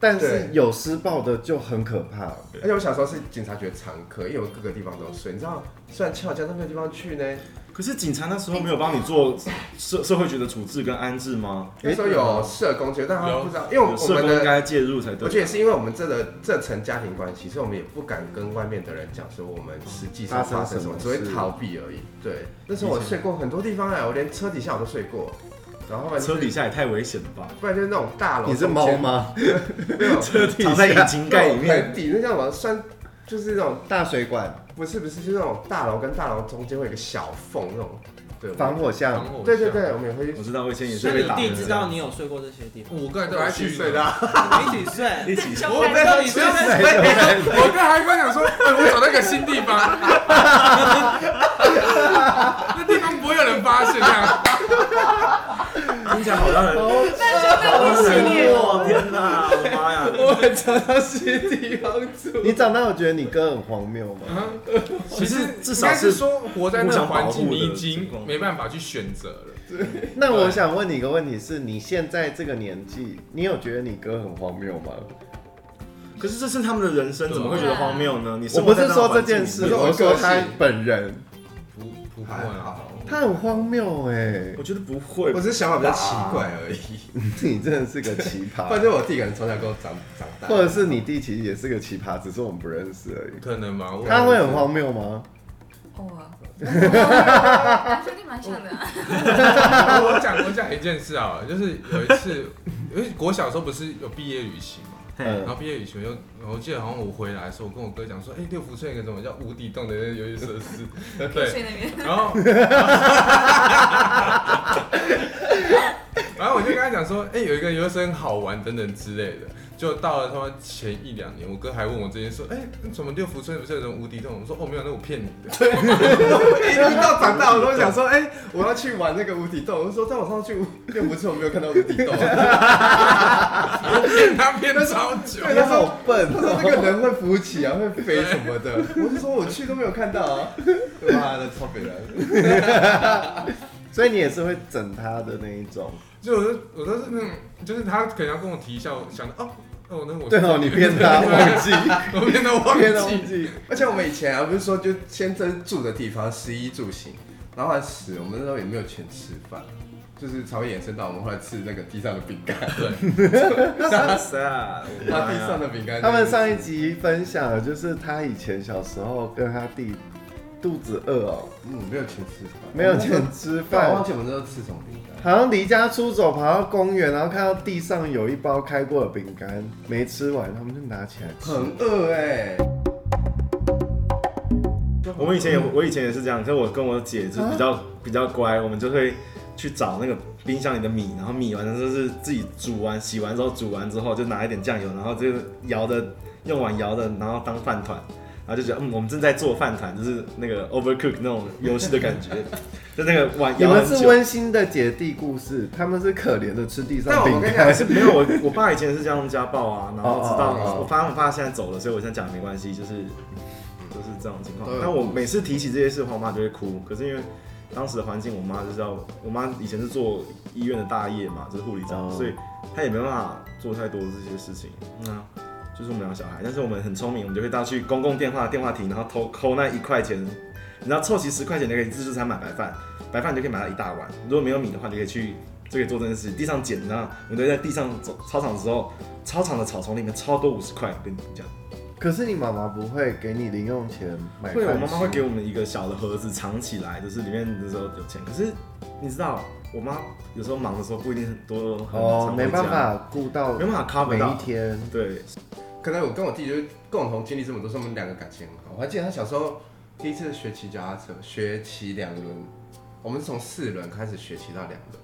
[SPEAKER 4] 但是
[SPEAKER 2] 对
[SPEAKER 4] 有施暴的就很可怕。
[SPEAKER 2] 而且我小时候是警察局的常客，因为我各个地方都睡。你知道，虽然翘家，但没有地方去呢。
[SPEAKER 8] 可是警察那时候没有帮你做社社会局的处置跟安置吗？
[SPEAKER 2] 那时候有社工觉得但他
[SPEAKER 7] 有
[SPEAKER 2] 不知道，因为我
[SPEAKER 8] 有
[SPEAKER 2] 我
[SPEAKER 8] 社
[SPEAKER 2] 们
[SPEAKER 8] 工应
[SPEAKER 2] 的，
[SPEAKER 8] 该介入才对。
[SPEAKER 2] 我觉得也是因为我们这个这层家庭关系，所以我们也不敢跟外面的人讲说我们实际上发生什么，
[SPEAKER 4] 发生什么
[SPEAKER 2] 只会逃避而已。对，那时候我睡过很多地方哎，我连车底下我都睡过。然后后来就是
[SPEAKER 8] 车底下也太危险了吧？
[SPEAKER 2] 不然就是那种大楼，
[SPEAKER 4] 你是猫？吗？
[SPEAKER 2] 没有，
[SPEAKER 8] 车底下藏在引擎盖里面，
[SPEAKER 2] 盆底那叫什么？算就是那种
[SPEAKER 4] 大水管、
[SPEAKER 2] 不是不是，就是那种大楼跟大楼中间会有一个小缝那种，对，
[SPEAKER 4] 防火巷，
[SPEAKER 7] 防火
[SPEAKER 2] 对对
[SPEAKER 7] 墙，
[SPEAKER 2] 对，我们也会
[SPEAKER 8] 我知道魏谦也
[SPEAKER 6] 那
[SPEAKER 8] 是
[SPEAKER 6] 你
[SPEAKER 8] 被打
[SPEAKER 6] 弟
[SPEAKER 8] 的。
[SPEAKER 6] 知道你有睡过这些地
[SPEAKER 8] [LAUGHS]
[SPEAKER 6] 方，
[SPEAKER 7] 我刚 [LAUGHS] 才
[SPEAKER 2] 我还
[SPEAKER 7] 都
[SPEAKER 2] 几
[SPEAKER 7] 去
[SPEAKER 2] 岁的 [LAUGHS] 啊，
[SPEAKER 6] 我们一起睡，
[SPEAKER 3] 很凶
[SPEAKER 7] 我
[SPEAKER 3] 悍
[SPEAKER 7] 在
[SPEAKER 6] 到
[SPEAKER 7] 到
[SPEAKER 6] 底
[SPEAKER 7] 底
[SPEAKER 6] 是
[SPEAKER 7] 是谁？我刚才刚想说，哎，我找到一个新地方，那地方不会有人发现啊。
[SPEAKER 8] 听起来好让人，好
[SPEAKER 3] 但是被我
[SPEAKER 8] 哦！天哪，我的妈呀！
[SPEAKER 2] 们找到新地方住。
[SPEAKER 4] [LAUGHS] 你长大有觉得你哥很荒谬吗？
[SPEAKER 8] 其实至
[SPEAKER 7] 应
[SPEAKER 8] 少
[SPEAKER 7] 该是
[SPEAKER 8] 是
[SPEAKER 7] 说活在那个环境，
[SPEAKER 8] 互相保护的
[SPEAKER 7] 你已经
[SPEAKER 8] 情况
[SPEAKER 7] 没办法去选择了。
[SPEAKER 4] 那我想问你一个问题是：你现在这个年纪，你有觉得你哥很荒谬吗？
[SPEAKER 8] 可是这是他们的人生，怎么会觉得荒谬呢？你
[SPEAKER 4] 我
[SPEAKER 8] 生活
[SPEAKER 4] 不
[SPEAKER 8] 在
[SPEAKER 4] 是
[SPEAKER 8] 那个
[SPEAKER 4] 说这
[SPEAKER 8] 环境
[SPEAKER 4] 件
[SPEAKER 8] 里
[SPEAKER 4] 事，
[SPEAKER 8] 面
[SPEAKER 2] 不
[SPEAKER 4] 我
[SPEAKER 2] 是我
[SPEAKER 4] 说
[SPEAKER 2] 说
[SPEAKER 4] 他
[SPEAKER 2] 他
[SPEAKER 4] 本人，
[SPEAKER 7] 不不会
[SPEAKER 2] 还
[SPEAKER 7] 啊，
[SPEAKER 2] 好，
[SPEAKER 4] 他很荒谬哎、
[SPEAKER 8] 我觉得不会
[SPEAKER 2] 我。只是想法比较奇怪而已。
[SPEAKER 4] [LAUGHS] 你真的是个奇
[SPEAKER 2] 或者
[SPEAKER 4] 葩，
[SPEAKER 2] 是我弟可能从小跟我长长大，
[SPEAKER 4] 或者是你弟其实也是个奇葩，只是我们不认识而已。
[SPEAKER 7] 可能吧。我
[SPEAKER 4] [LAUGHS] 他会很荒谬吗？
[SPEAKER 3] 偶尔，男兄弟蛮像的啊，
[SPEAKER 7] 啊我讲我讲一件事啊，就是有一次， [LAUGHS] 因为国小的时候不是有毕业旅行嘛，然
[SPEAKER 4] 嗯，
[SPEAKER 7] 后毕业旅行又，我记得好像我回来的时候，我跟我哥讲说，哎、六福村有个什么叫无底洞的那个游戏设施，
[SPEAKER 2] [LAUGHS]
[SPEAKER 7] 对，
[SPEAKER 3] 睡那边。
[SPEAKER 7] 然后，然后我就跟他讲说，哎、有一个游戏设施很好玩等等之类的。就到了他们前一两年，我哥还问我这件事，哎、怎么六福村不是有什么无底洞？我说哦没有，那我骗你的。
[SPEAKER 2] 一直到长大我都想说，哎、我要去玩那个无底洞。我就说，但我上次去变不错，我没有看到无底洞。
[SPEAKER 7] 骗他骗了超久，
[SPEAKER 2] 对，他说笨，他
[SPEAKER 4] 哦
[SPEAKER 2] 说那个人会浮起啊，会飞什么的。 [LAUGHS] 我就说我去都没有看到啊，妈的超北人。
[SPEAKER 4] [LAUGHS] 所以你也是会整他的那一种。
[SPEAKER 7] 就我就我都是那种，就是他可能要跟我提一下，我想到哦哦，那我
[SPEAKER 4] 对哦，你骗他忘记，
[SPEAKER 7] [LAUGHS]
[SPEAKER 4] [LAUGHS]
[SPEAKER 7] 我变得 [LAUGHS] 忘
[SPEAKER 4] 骗他忘
[SPEAKER 7] 记，
[SPEAKER 4] 记。
[SPEAKER 2] 而且我们以前啊，不是说就先真住的地方，十一住行，然后还十，我们那时候也没有钱吃饭。就是才会衍生到我们后来吃那个地上的饼
[SPEAKER 4] [LAUGHS]
[SPEAKER 2] 干，
[SPEAKER 8] 哇塞，
[SPEAKER 2] 拿地上的饼干。
[SPEAKER 4] 他们上一集分享的就是他以前小时候跟他弟肚子饿哦，
[SPEAKER 2] 嗯没有钱吃饭，
[SPEAKER 4] 没有钱吃
[SPEAKER 2] 但我忘
[SPEAKER 4] 饭，
[SPEAKER 2] 记我们那时候吃什么饼干。
[SPEAKER 4] 好像离家出走跑到公园，然后看到地上有一包开过的饼干没吃完，他们就拿起来吃。
[SPEAKER 2] 很饿哎、
[SPEAKER 8] 我们以
[SPEAKER 4] 嗯
[SPEAKER 8] 前也我以前也是这样，可是我跟我姐是比较、比较乖，我们就会去找那个冰箱里的米，然后米完了就是自己煮完、洗完之后煮完之后就拿一点酱油，然后就是摇的用碗摇的，然后当饭团，然后就觉得嗯，我们正在做饭团，就是那个 overcook 那种游戏的感
[SPEAKER 4] [LAUGHS]
[SPEAKER 8] 觉，就那个碗
[SPEAKER 4] 你
[SPEAKER 8] 摇
[SPEAKER 4] 们
[SPEAKER 8] 很
[SPEAKER 4] 是
[SPEAKER 8] 久。
[SPEAKER 4] 温馨的姐弟故事，他们是可怜的吃地
[SPEAKER 2] 但
[SPEAKER 4] 上
[SPEAKER 2] 我
[SPEAKER 4] 饼
[SPEAKER 2] 跟你
[SPEAKER 4] 干
[SPEAKER 2] 讲。
[SPEAKER 8] 是没有我，我爸以前是这样家暴啊，然后
[SPEAKER 4] 哦
[SPEAKER 8] 直
[SPEAKER 4] 哦哦
[SPEAKER 8] 到
[SPEAKER 4] 哦
[SPEAKER 8] 我发现我爸现在走了，所以我现在讲没关系，就是就是这种情况
[SPEAKER 2] 都。有
[SPEAKER 8] 但我每次提起这些事，我妈就会哭。可是因为当时的环境，我妈就是要，我妈以前是做医院的大业嘛，就是护理长，
[SPEAKER 4] 哦
[SPEAKER 8] 所以她也没办法做太多这些事情。
[SPEAKER 4] 嗯
[SPEAKER 8] 那就是我们两个小孩，但是我们很聪明，我们就会到去公共电话电话亭，然后偷抠那一块钱，你知道凑齐十块钱就可以自助餐买白饭，白饭你就可以买到一大碗。如果没有米的话，你就可以去就可以做这件事。地上捡，然后我们就在地上走操场的时候，操场的草丛里面超多五十块，我跟你讲。
[SPEAKER 4] 可是你妈妈不会给你零用钱买饭
[SPEAKER 8] 会，
[SPEAKER 4] 吃。
[SPEAKER 8] 我妈妈会给我们一个小的盒子藏起来，就是里面的时候有钱。可是你知道，我妈有时候忙的时候不一定很多，很
[SPEAKER 4] 哦，
[SPEAKER 8] 常回
[SPEAKER 4] 没办
[SPEAKER 8] 家，
[SPEAKER 4] 法顾到
[SPEAKER 8] 没办法
[SPEAKER 4] 每
[SPEAKER 8] cover
[SPEAKER 4] 一
[SPEAKER 8] 到。
[SPEAKER 4] 天。
[SPEAKER 8] 对，
[SPEAKER 2] 可能我跟我弟就是共同经历这么多，所以我们两个感情很好。我还记得他小时候第一次学骑脚踏车，学骑两轮，我们是从四轮开始学骑到两轮。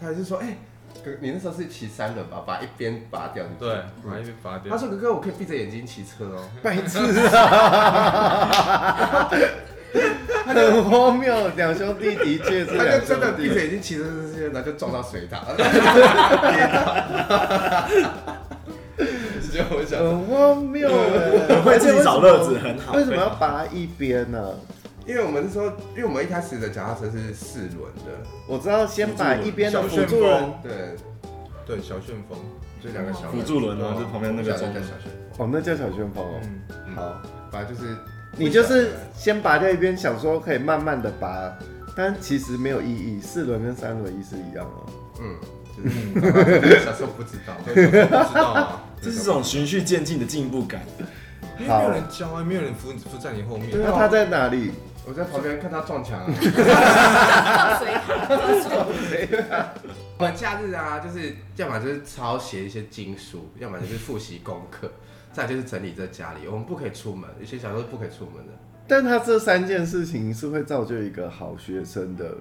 [SPEAKER 2] 他还是说：“哎、哥，你那时候是骑三轮吧？把一边拔掉。”
[SPEAKER 7] 对，然后一边拔
[SPEAKER 2] 他
[SPEAKER 7] 掉。
[SPEAKER 2] 说：“哥哥，我可以闭着眼睛骑车哦。
[SPEAKER 4] 白痴 [LAUGHS] 啊！很荒谬，两兄弟的确”是
[SPEAKER 2] 他
[SPEAKER 4] 两
[SPEAKER 2] 就
[SPEAKER 4] 兄
[SPEAKER 2] 真的闭着
[SPEAKER 4] 弟。
[SPEAKER 2] 眼睛骑着这些，然后就撞到水塔。 [LAUGHS] 就我想，
[SPEAKER 4] 很荒谬哎，
[SPEAKER 8] 会自己找乐子很好
[SPEAKER 4] 为什么要拔一边呢？
[SPEAKER 2] 因为我们是说，因为我们一开始的脚踏车是四轮的，
[SPEAKER 4] 我知道，先把一边的辅
[SPEAKER 7] 小旋
[SPEAKER 4] 助人
[SPEAKER 7] 风，
[SPEAKER 2] 对，
[SPEAKER 7] 对，小旋风，
[SPEAKER 2] 就两个小
[SPEAKER 8] 辅
[SPEAKER 2] 轮
[SPEAKER 8] 助轮啊，就旁边那个
[SPEAKER 2] 小
[SPEAKER 8] 中
[SPEAKER 2] 轮叫小旋风。
[SPEAKER 4] 哦，那叫小旋风哦。
[SPEAKER 7] 嗯，
[SPEAKER 4] 好，
[SPEAKER 2] 反正就是
[SPEAKER 4] 你就是先拔掉一边，想说可以慢慢的拔，但其实没有意义。四轮跟三轮意思一样哦。
[SPEAKER 2] 嗯，
[SPEAKER 7] [LAUGHS]
[SPEAKER 2] 就是 [LAUGHS] 小时候不知道，
[SPEAKER 7] 对我不知道啊，
[SPEAKER 8] 这是种
[SPEAKER 4] [LAUGHS]
[SPEAKER 8] 循序渐进的进步感。
[SPEAKER 7] 因为没有人教啊，没有人扶扶在你后面。
[SPEAKER 4] 那他在哪里？
[SPEAKER 2] 我在旁边看他撞墙啊。
[SPEAKER 3] 放水放水
[SPEAKER 2] 我们假日啊，就是要么就是抄写一些经书，要么就是复习功课，再就是整理在家里。我们不可以出门，有些小时候是不可以出门的。
[SPEAKER 4] 但他这三件事情是会造就一个好学生的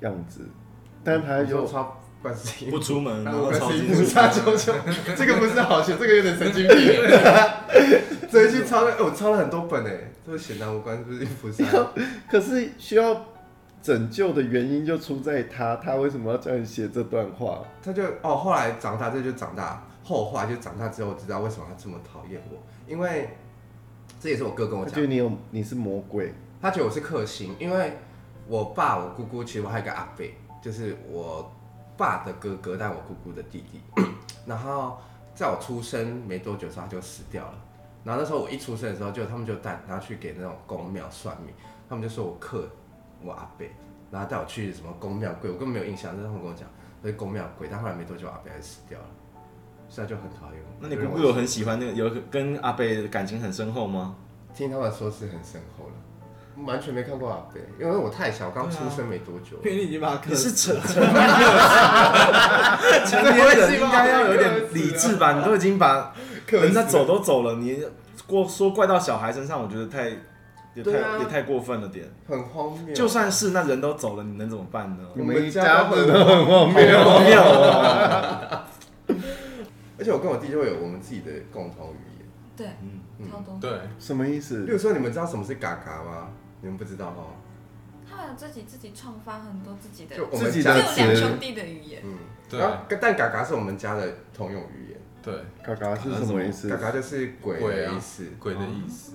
[SPEAKER 4] 样子，但他
[SPEAKER 2] 你说
[SPEAKER 4] 就
[SPEAKER 2] 抄观世音
[SPEAKER 8] 不啊
[SPEAKER 2] 菩萨，[LAUGHS]
[SPEAKER 8] 出门，然
[SPEAKER 2] 然
[SPEAKER 8] 后
[SPEAKER 2] 后观
[SPEAKER 8] 超
[SPEAKER 2] 世
[SPEAKER 8] 级
[SPEAKER 2] 音菩萨求求，这个不是好学，这个有点神经 [LAUGHS] 病。这一去抄了，哎我抄了很多本哎，都是显然无关观世音菩萨。
[SPEAKER 4] 可是需要拯救的原因就出在他，他为什么要叫你写这段话？
[SPEAKER 2] 他就哦，后来长大，这就长大。后话就长大之后，我知道为什么他这么讨厌我，因为这也是我哥跟我
[SPEAKER 4] 他
[SPEAKER 2] 讲
[SPEAKER 4] 觉得
[SPEAKER 2] 的，
[SPEAKER 4] 你有你是魔鬼，
[SPEAKER 2] 他觉得我是克星，因为我爸、我姑姑，其实我还有一个阿伯，就是我爸的哥哥，但我姑姑的弟 [CLEARS THROAT] 弟。然后在我出生没多久的时候，他就死掉了。然后那时候我一出生的时候，就他们就带拿去给那种公庙算命，他们就说我克我阿伯，然后带我去什么公庙跪，我根本没有印象，就是他们跟我讲那是公庙跪，但后来没多久阿伯还是死掉了，所以他就很讨厌我。
[SPEAKER 8] [LAUGHS] 那你姑姑有很喜欢那个，有跟阿贝的感情很深厚吗？
[SPEAKER 2] 听他们说是很深厚了，完全没看过阿伯，因为我太小，刚出生没多久。
[SPEAKER 6] 因为你已经把他克
[SPEAKER 8] 你
[SPEAKER 6] 死
[SPEAKER 8] 是
[SPEAKER 6] 了
[SPEAKER 8] 成成年人，成年人应该要有点理智吧？你都已经把人家走都走了，你过说怪到小孩身上，我觉得太也
[SPEAKER 2] 对
[SPEAKER 8] 太、
[SPEAKER 2] 啊
[SPEAKER 8] 也太过分了点。
[SPEAKER 2] 很荒谬。
[SPEAKER 8] 就算是那人都走了，你能怎么办呢？
[SPEAKER 2] 我
[SPEAKER 4] 你
[SPEAKER 2] 们
[SPEAKER 4] 们
[SPEAKER 2] 一
[SPEAKER 4] 一
[SPEAKER 2] 家
[SPEAKER 4] 家
[SPEAKER 2] 子
[SPEAKER 4] 子
[SPEAKER 2] 都
[SPEAKER 4] 都很荒谬。
[SPEAKER 8] 荒谬哦！
[SPEAKER 2] 而且我跟我弟就会有我们自己的共同语言。
[SPEAKER 3] 对，超多。
[SPEAKER 7] 对，
[SPEAKER 4] 什么意
[SPEAKER 2] 比
[SPEAKER 4] 思？
[SPEAKER 2] 如说，你们知道什么是嘎嘎吗？你们不知道哦。
[SPEAKER 3] 他们有自己自己创发很多自己的，
[SPEAKER 2] 就
[SPEAKER 3] 只
[SPEAKER 2] 我们
[SPEAKER 4] 自己
[SPEAKER 2] 家
[SPEAKER 4] 的
[SPEAKER 3] 有
[SPEAKER 4] 词
[SPEAKER 3] 两兄弟的语言。
[SPEAKER 2] 嗯，
[SPEAKER 7] 对
[SPEAKER 2] 然后但嘎嘎是我们家的通用语言，
[SPEAKER 7] 对，
[SPEAKER 4] 嘎嘎是什么意思
[SPEAKER 2] 嘎？嘎就是鬼
[SPEAKER 7] 鬼
[SPEAKER 2] 的
[SPEAKER 7] 啊
[SPEAKER 2] 意思。
[SPEAKER 7] 鬼的意思，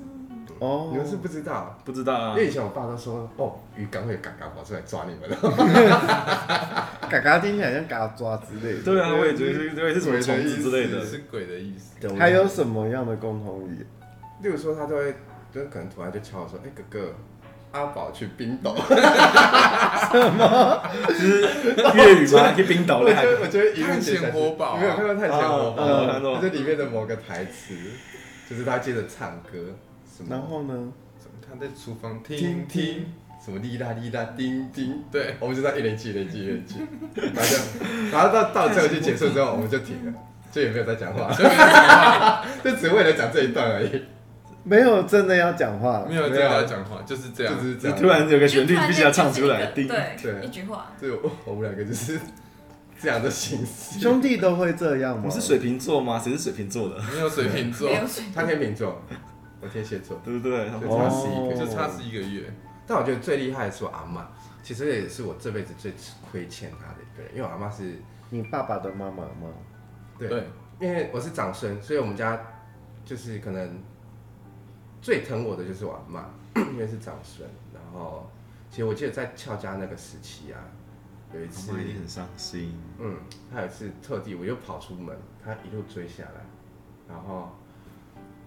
[SPEAKER 4] 哦
[SPEAKER 2] 你，们是不知道，
[SPEAKER 8] 不知道啊
[SPEAKER 2] 因，为以前我爸都说，哦，鱼缸会有嘎嘎跑出来抓你们。 [LAUGHS]
[SPEAKER 4] 嘎嘎听起来像嘎抓之类的。
[SPEAKER 8] 对啊，我也觉得对，是什么虫子之类的。
[SPEAKER 7] 是鬼的意思。
[SPEAKER 4] 还有什么样的共同语言？
[SPEAKER 2] 例如说，他都会，就可能突然就敲我说，哎，哥哥，阿宝去冰岛。
[SPEAKER 8] 粤语吗？去冰岛
[SPEAKER 2] 我
[SPEAKER 8] 嘞，
[SPEAKER 2] 觉
[SPEAKER 8] 还
[SPEAKER 2] 得， [LAUGHS] 我觉得一
[SPEAKER 7] 探
[SPEAKER 2] 路接下去
[SPEAKER 7] 险活宝啊
[SPEAKER 2] 你没有看过《探险活
[SPEAKER 7] 嗯
[SPEAKER 2] 宝》
[SPEAKER 8] 哦哦
[SPEAKER 2] 吗？这里面的某个台词，就是他接着唱歌，什么，
[SPEAKER 4] 然后呢？
[SPEAKER 7] 怎么他在厨房
[SPEAKER 2] 听
[SPEAKER 7] 听
[SPEAKER 2] 听
[SPEAKER 7] 听，，
[SPEAKER 2] 什么滴答滴答叮叮，
[SPEAKER 7] 对，
[SPEAKER 2] 我们就在一连记一连记一连记，然后就，然后到到最后就结束之后，我们就停了，就也没有再讲
[SPEAKER 7] [LAUGHS]
[SPEAKER 2] 话，就只为了讲这一段而已，
[SPEAKER 4] 没有真的要讲话，
[SPEAKER 7] 没有
[SPEAKER 2] 没
[SPEAKER 7] 在
[SPEAKER 2] 有
[SPEAKER 4] 啊
[SPEAKER 7] 跟他讲话，就是这样
[SPEAKER 2] 就。只是这
[SPEAKER 8] 就
[SPEAKER 2] 样。
[SPEAKER 8] 突，然有个旋律
[SPEAKER 3] 就突然
[SPEAKER 8] 必须要
[SPEAKER 3] 间就
[SPEAKER 8] 唱
[SPEAKER 3] 是
[SPEAKER 8] 出
[SPEAKER 3] 一
[SPEAKER 8] 来，
[SPEAKER 3] 个
[SPEAKER 8] 叮
[SPEAKER 3] 对，
[SPEAKER 2] 对
[SPEAKER 3] 一句话。
[SPEAKER 2] 对，我我们两个就是这样的形式。
[SPEAKER 4] [LAUGHS] 兄弟都会这样吗？
[SPEAKER 8] 我是水瓶座吗？谁是水瓶座的？
[SPEAKER 7] 没有水瓶
[SPEAKER 8] 哦
[SPEAKER 7] 座 [LAUGHS]
[SPEAKER 3] 没，有水
[SPEAKER 2] 他天秤座，我天蝎座，
[SPEAKER 8] 对不对？
[SPEAKER 2] 就差十一
[SPEAKER 4] 哦。
[SPEAKER 2] 个
[SPEAKER 7] 就差十一个月。
[SPEAKER 2] 但我觉得最厉害的是我阿妈，其实也是我这辈子最亏欠她的一个人，因为我阿妈是，
[SPEAKER 4] 你爸爸的妈妈吗？
[SPEAKER 2] 对，
[SPEAKER 7] 对，
[SPEAKER 2] 因为我是长孙，所以我们家就是可能最疼我的就是我阿妈， [COUGHS] 因为是长孙。然后，其实我记得在俏家那个时期啊，有一次
[SPEAKER 8] 妈，一定很伤心。
[SPEAKER 2] 嗯，他有一次特地我又跑出门，他一路追下来，然后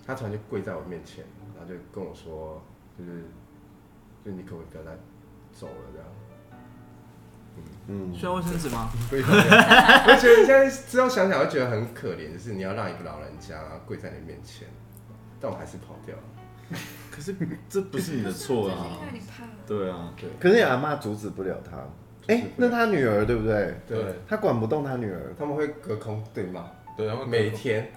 [SPEAKER 2] 他突然就跪在我面前，然后就跟我说，就是，就你可不可以不要再走了这样。
[SPEAKER 4] 嗯，
[SPEAKER 6] 需要卫生纸吗？
[SPEAKER 2] 对，我 [LAUGHS] 觉得现在之后想想，会觉得很可怜，就是你要让一个老人家跪在你面前，但我还是跑掉了。
[SPEAKER 8] 可是这不是你的错啊
[SPEAKER 3] 就是因为你怕。
[SPEAKER 8] 对啊，
[SPEAKER 4] 可是你阿妈阻止不了他。哎、那他女儿对不对？
[SPEAKER 2] 对
[SPEAKER 7] 对，
[SPEAKER 4] 他管不动他女儿，
[SPEAKER 2] 他们会隔空对骂，
[SPEAKER 7] 对，然后
[SPEAKER 2] 每天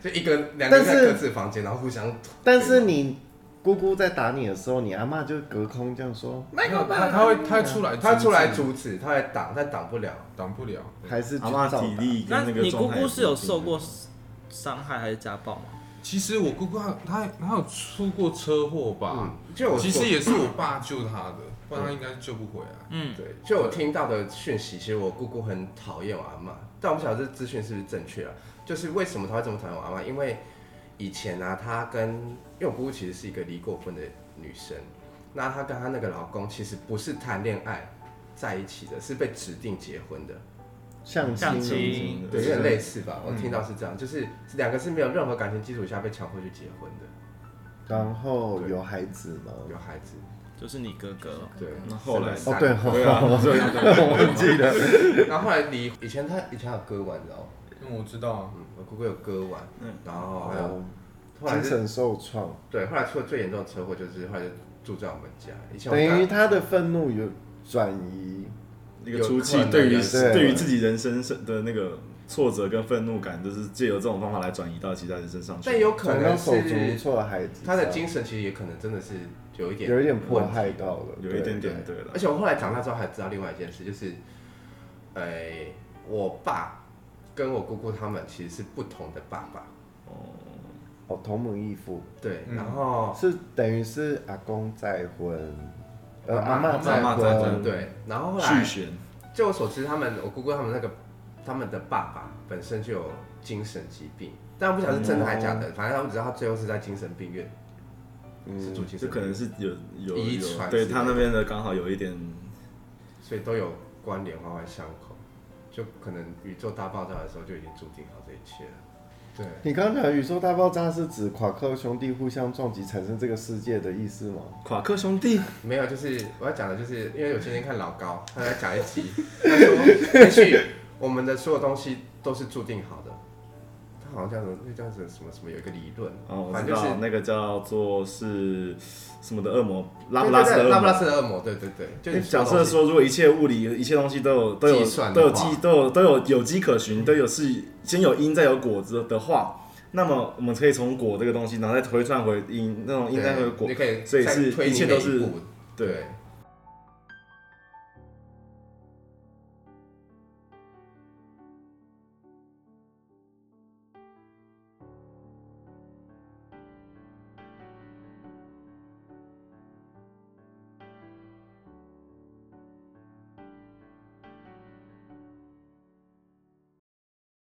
[SPEAKER 2] 就一个两个
[SPEAKER 4] 但
[SPEAKER 2] 人在
[SPEAKER 4] 是
[SPEAKER 2] 各自房间，然后互相。
[SPEAKER 4] 但是你姑姑在打你的时候，你阿妈就隔空这样说，
[SPEAKER 7] 没有他他会他会出来，
[SPEAKER 2] 他出来阻止，他来挡，但挡不了。
[SPEAKER 7] 挡不了。
[SPEAKER 4] 还是去
[SPEAKER 8] 阿妈
[SPEAKER 4] 照
[SPEAKER 8] 体
[SPEAKER 4] 打。
[SPEAKER 8] 力
[SPEAKER 6] 那
[SPEAKER 8] 跟那个
[SPEAKER 6] 你姑
[SPEAKER 8] 状态
[SPEAKER 6] 姑是有受过
[SPEAKER 8] 不
[SPEAKER 6] 伤害还是家暴吗？
[SPEAKER 7] 其实我姑姑她她她有出过车祸吧
[SPEAKER 2] 嗯？，就我
[SPEAKER 7] 其
[SPEAKER 2] 所
[SPEAKER 7] 实也是我爸救她的，不然她应该救不回来。
[SPEAKER 6] 嗯，
[SPEAKER 2] 对，就我听到的讯息，其实我姑姑很讨厌我阿妈，但我不晓得这资讯是不是正确啊。就是为什么她会这么讨厌我阿妈？因为以前啊，她跟因为我姑姑其实是一个离过婚的女生，那她跟她那个老公其实不是谈恋爱在一起的，是被指定结婚的，
[SPEAKER 4] 相亲，
[SPEAKER 6] 相
[SPEAKER 8] 一
[SPEAKER 6] 亲
[SPEAKER 4] 嗯
[SPEAKER 8] 定的
[SPEAKER 2] 对，有点类似吧？我听到是这样，就是两个是没有任何感情基础下被强迫去结婚的，
[SPEAKER 4] 然后有孩子吗？
[SPEAKER 2] 有孩子，
[SPEAKER 6] 就是你哥哥。
[SPEAKER 2] 对。
[SPEAKER 8] 那后来
[SPEAKER 4] 哦
[SPEAKER 2] 生了，
[SPEAKER 4] 对，
[SPEAKER 2] 三
[SPEAKER 4] 哦
[SPEAKER 8] 对啊，
[SPEAKER 2] [LAUGHS]
[SPEAKER 8] 对啊对啊
[SPEAKER 4] [LAUGHS] 我忘记了。
[SPEAKER 2] 个，然后后来离以前她以前有割腕，你知道吗？
[SPEAKER 7] 嗯，我知道啊，
[SPEAKER 2] 嗯，我姑姑有割腕，
[SPEAKER 6] 嗯
[SPEAKER 2] 然后还有
[SPEAKER 4] 哦，
[SPEAKER 2] 后来
[SPEAKER 4] 精
[SPEAKER 2] 是
[SPEAKER 4] 神受创，
[SPEAKER 2] 对，后来出了最严重的车祸，就是后来就住在我们家。以前我
[SPEAKER 4] 等于
[SPEAKER 2] 大
[SPEAKER 4] 他的愤怒有转移，
[SPEAKER 8] 那个出气
[SPEAKER 2] 有可能
[SPEAKER 8] 对于
[SPEAKER 2] 对啊
[SPEAKER 8] 对于自己人生是的那个挫折跟愤怒感，就是借由这种方法来转移到其他人身上去。
[SPEAKER 2] 但有可
[SPEAKER 4] 转到
[SPEAKER 2] 能
[SPEAKER 4] 手足无
[SPEAKER 2] 是
[SPEAKER 4] 措的孩子，
[SPEAKER 2] 他的精神其实也可能真的是有一点
[SPEAKER 4] 有一点迫
[SPEAKER 2] 问题
[SPEAKER 4] 害到了，
[SPEAKER 8] 有一
[SPEAKER 4] 对
[SPEAKER 8] 点点对了
[SPEAKER 2] 而，且我后来长大之后还知道另外一件事，就是，呃，我爸跟我姑姑他们其实是不同的爸爸。
[SPEAKER 4] 哦，同母异父
[SPEAKER 2] 对，
[SPEAKER 7] 嗯
[SPEAKER 2] 然后
[SPEAKER 4] 是等于是阿公再婚，呃，
[SPEAKER 2] 阿
[SPEAKER 4] 阿
[SPEAKER 2] 嬷
[SPEAKER 4] 嬷
[SPEAKER 8] 阿嬷再
[SPEAKER 4] 婚
[SPEAKER 8] 婚，
[SPEAKER 2] 对，然后后
[SPEAKER 8] 续
[SPEAKER 2] 来，
[SPEAKER 8] 弦
[SPEAKER 2] 就我所知，他们我姑姑他们那个他们的爸爸本身就有精神疾病，但我不晓得是真的还是假
[SPEAKER 8] 哦
[SPEAKER 2] 的，反正他们只知道他最后是在精神病院，是住精
[SPEAKER 8] 嗯就
[SPEAKER 2] 神
[SPEAKER 8] 可
[SPEAKER 2] 病
[SPEAKER 8] 能
[SPEAKER 2] 院，
[SPEAKER 8] 是有有
[SPEAKER 2] 遗
[SPEAKER 8] 有
[SPEAKER 2] 传
[SPEAKER 8] 对
[SPEAKER 2] 之
[SPEAKER 8] 他
[SPEAKER 2] 类的
[SPEAKER 8] 那边的刚好有一点
[SPEAKER 2] 所以都有关联，环环相扣，就可能宇宙大爆炸的时候就已经注定好这一切了。对，
[SPEAKER 4] 你刚刚讲宇宙大爆炸是指夸克兄弟互相撞击产生这个世界的意思吗？
[SPEAKER 8] 夸克兄弟
[SPEAKER 2] 没有，就是我要讲的，就是因为我今天看老高，他在讲一集，
[SPEAKER 8] [LAUGHS]
[SPEAKER 2] 他说也许我们的所有东西都是注定好的。他好像叫什么，那叫什么什么什么，有一个理论，
[SPEAKER 8] 哦，我
[SPEAKER 2] 反
[SPEAKER 8] 知
[SPEAKER 2] 正就是
[SPEAKER 8] 道那个叫做是什么的恶魔拉布
[SPEAKER 2] 对
[SPEAKER 8] 拉斯
[SPEAKER 2] 对
[SPEAKER 8] 的
[SPEAKER 2] 对
[SPEAKER 8] 恶
[SPEAKER 2] 拉布拉
[SPEAKER 8] 魔。
[SPEAKER 2] 斯的恶魔，对对对，就
[SPEAKER 8] 就是哎假
[SPEAKER 2] 所有东西，
[SPEAKER 8] 设说，如果一切物理、一切东西都有都有
[SPEAKER 2] 计算
[SPEAKER 8] 都
[SPEAKER 2] 的
[SPEAKER 8] 有
[SPEAKER 2] 话
[SPEAKER 8] 计都有都有有迹可循，都有是先有因再有果子的话，那么我们可以从果这个东西，然后再推算回因，那种因再回
[SPEAKER 2] 对
[SPEAKER 8] 果
[SPEAKER 2] 你，可以
[SPEAKER 8] 所以
[SPEAKER 2] 再
[SPEAKER 8] 是
[SPEAKER 2] 推
[SPEAKER 8] 一切
[SPEAKER 2] 你每
[SPEAKER 8] 都是
[SPEAKER 2] 步对，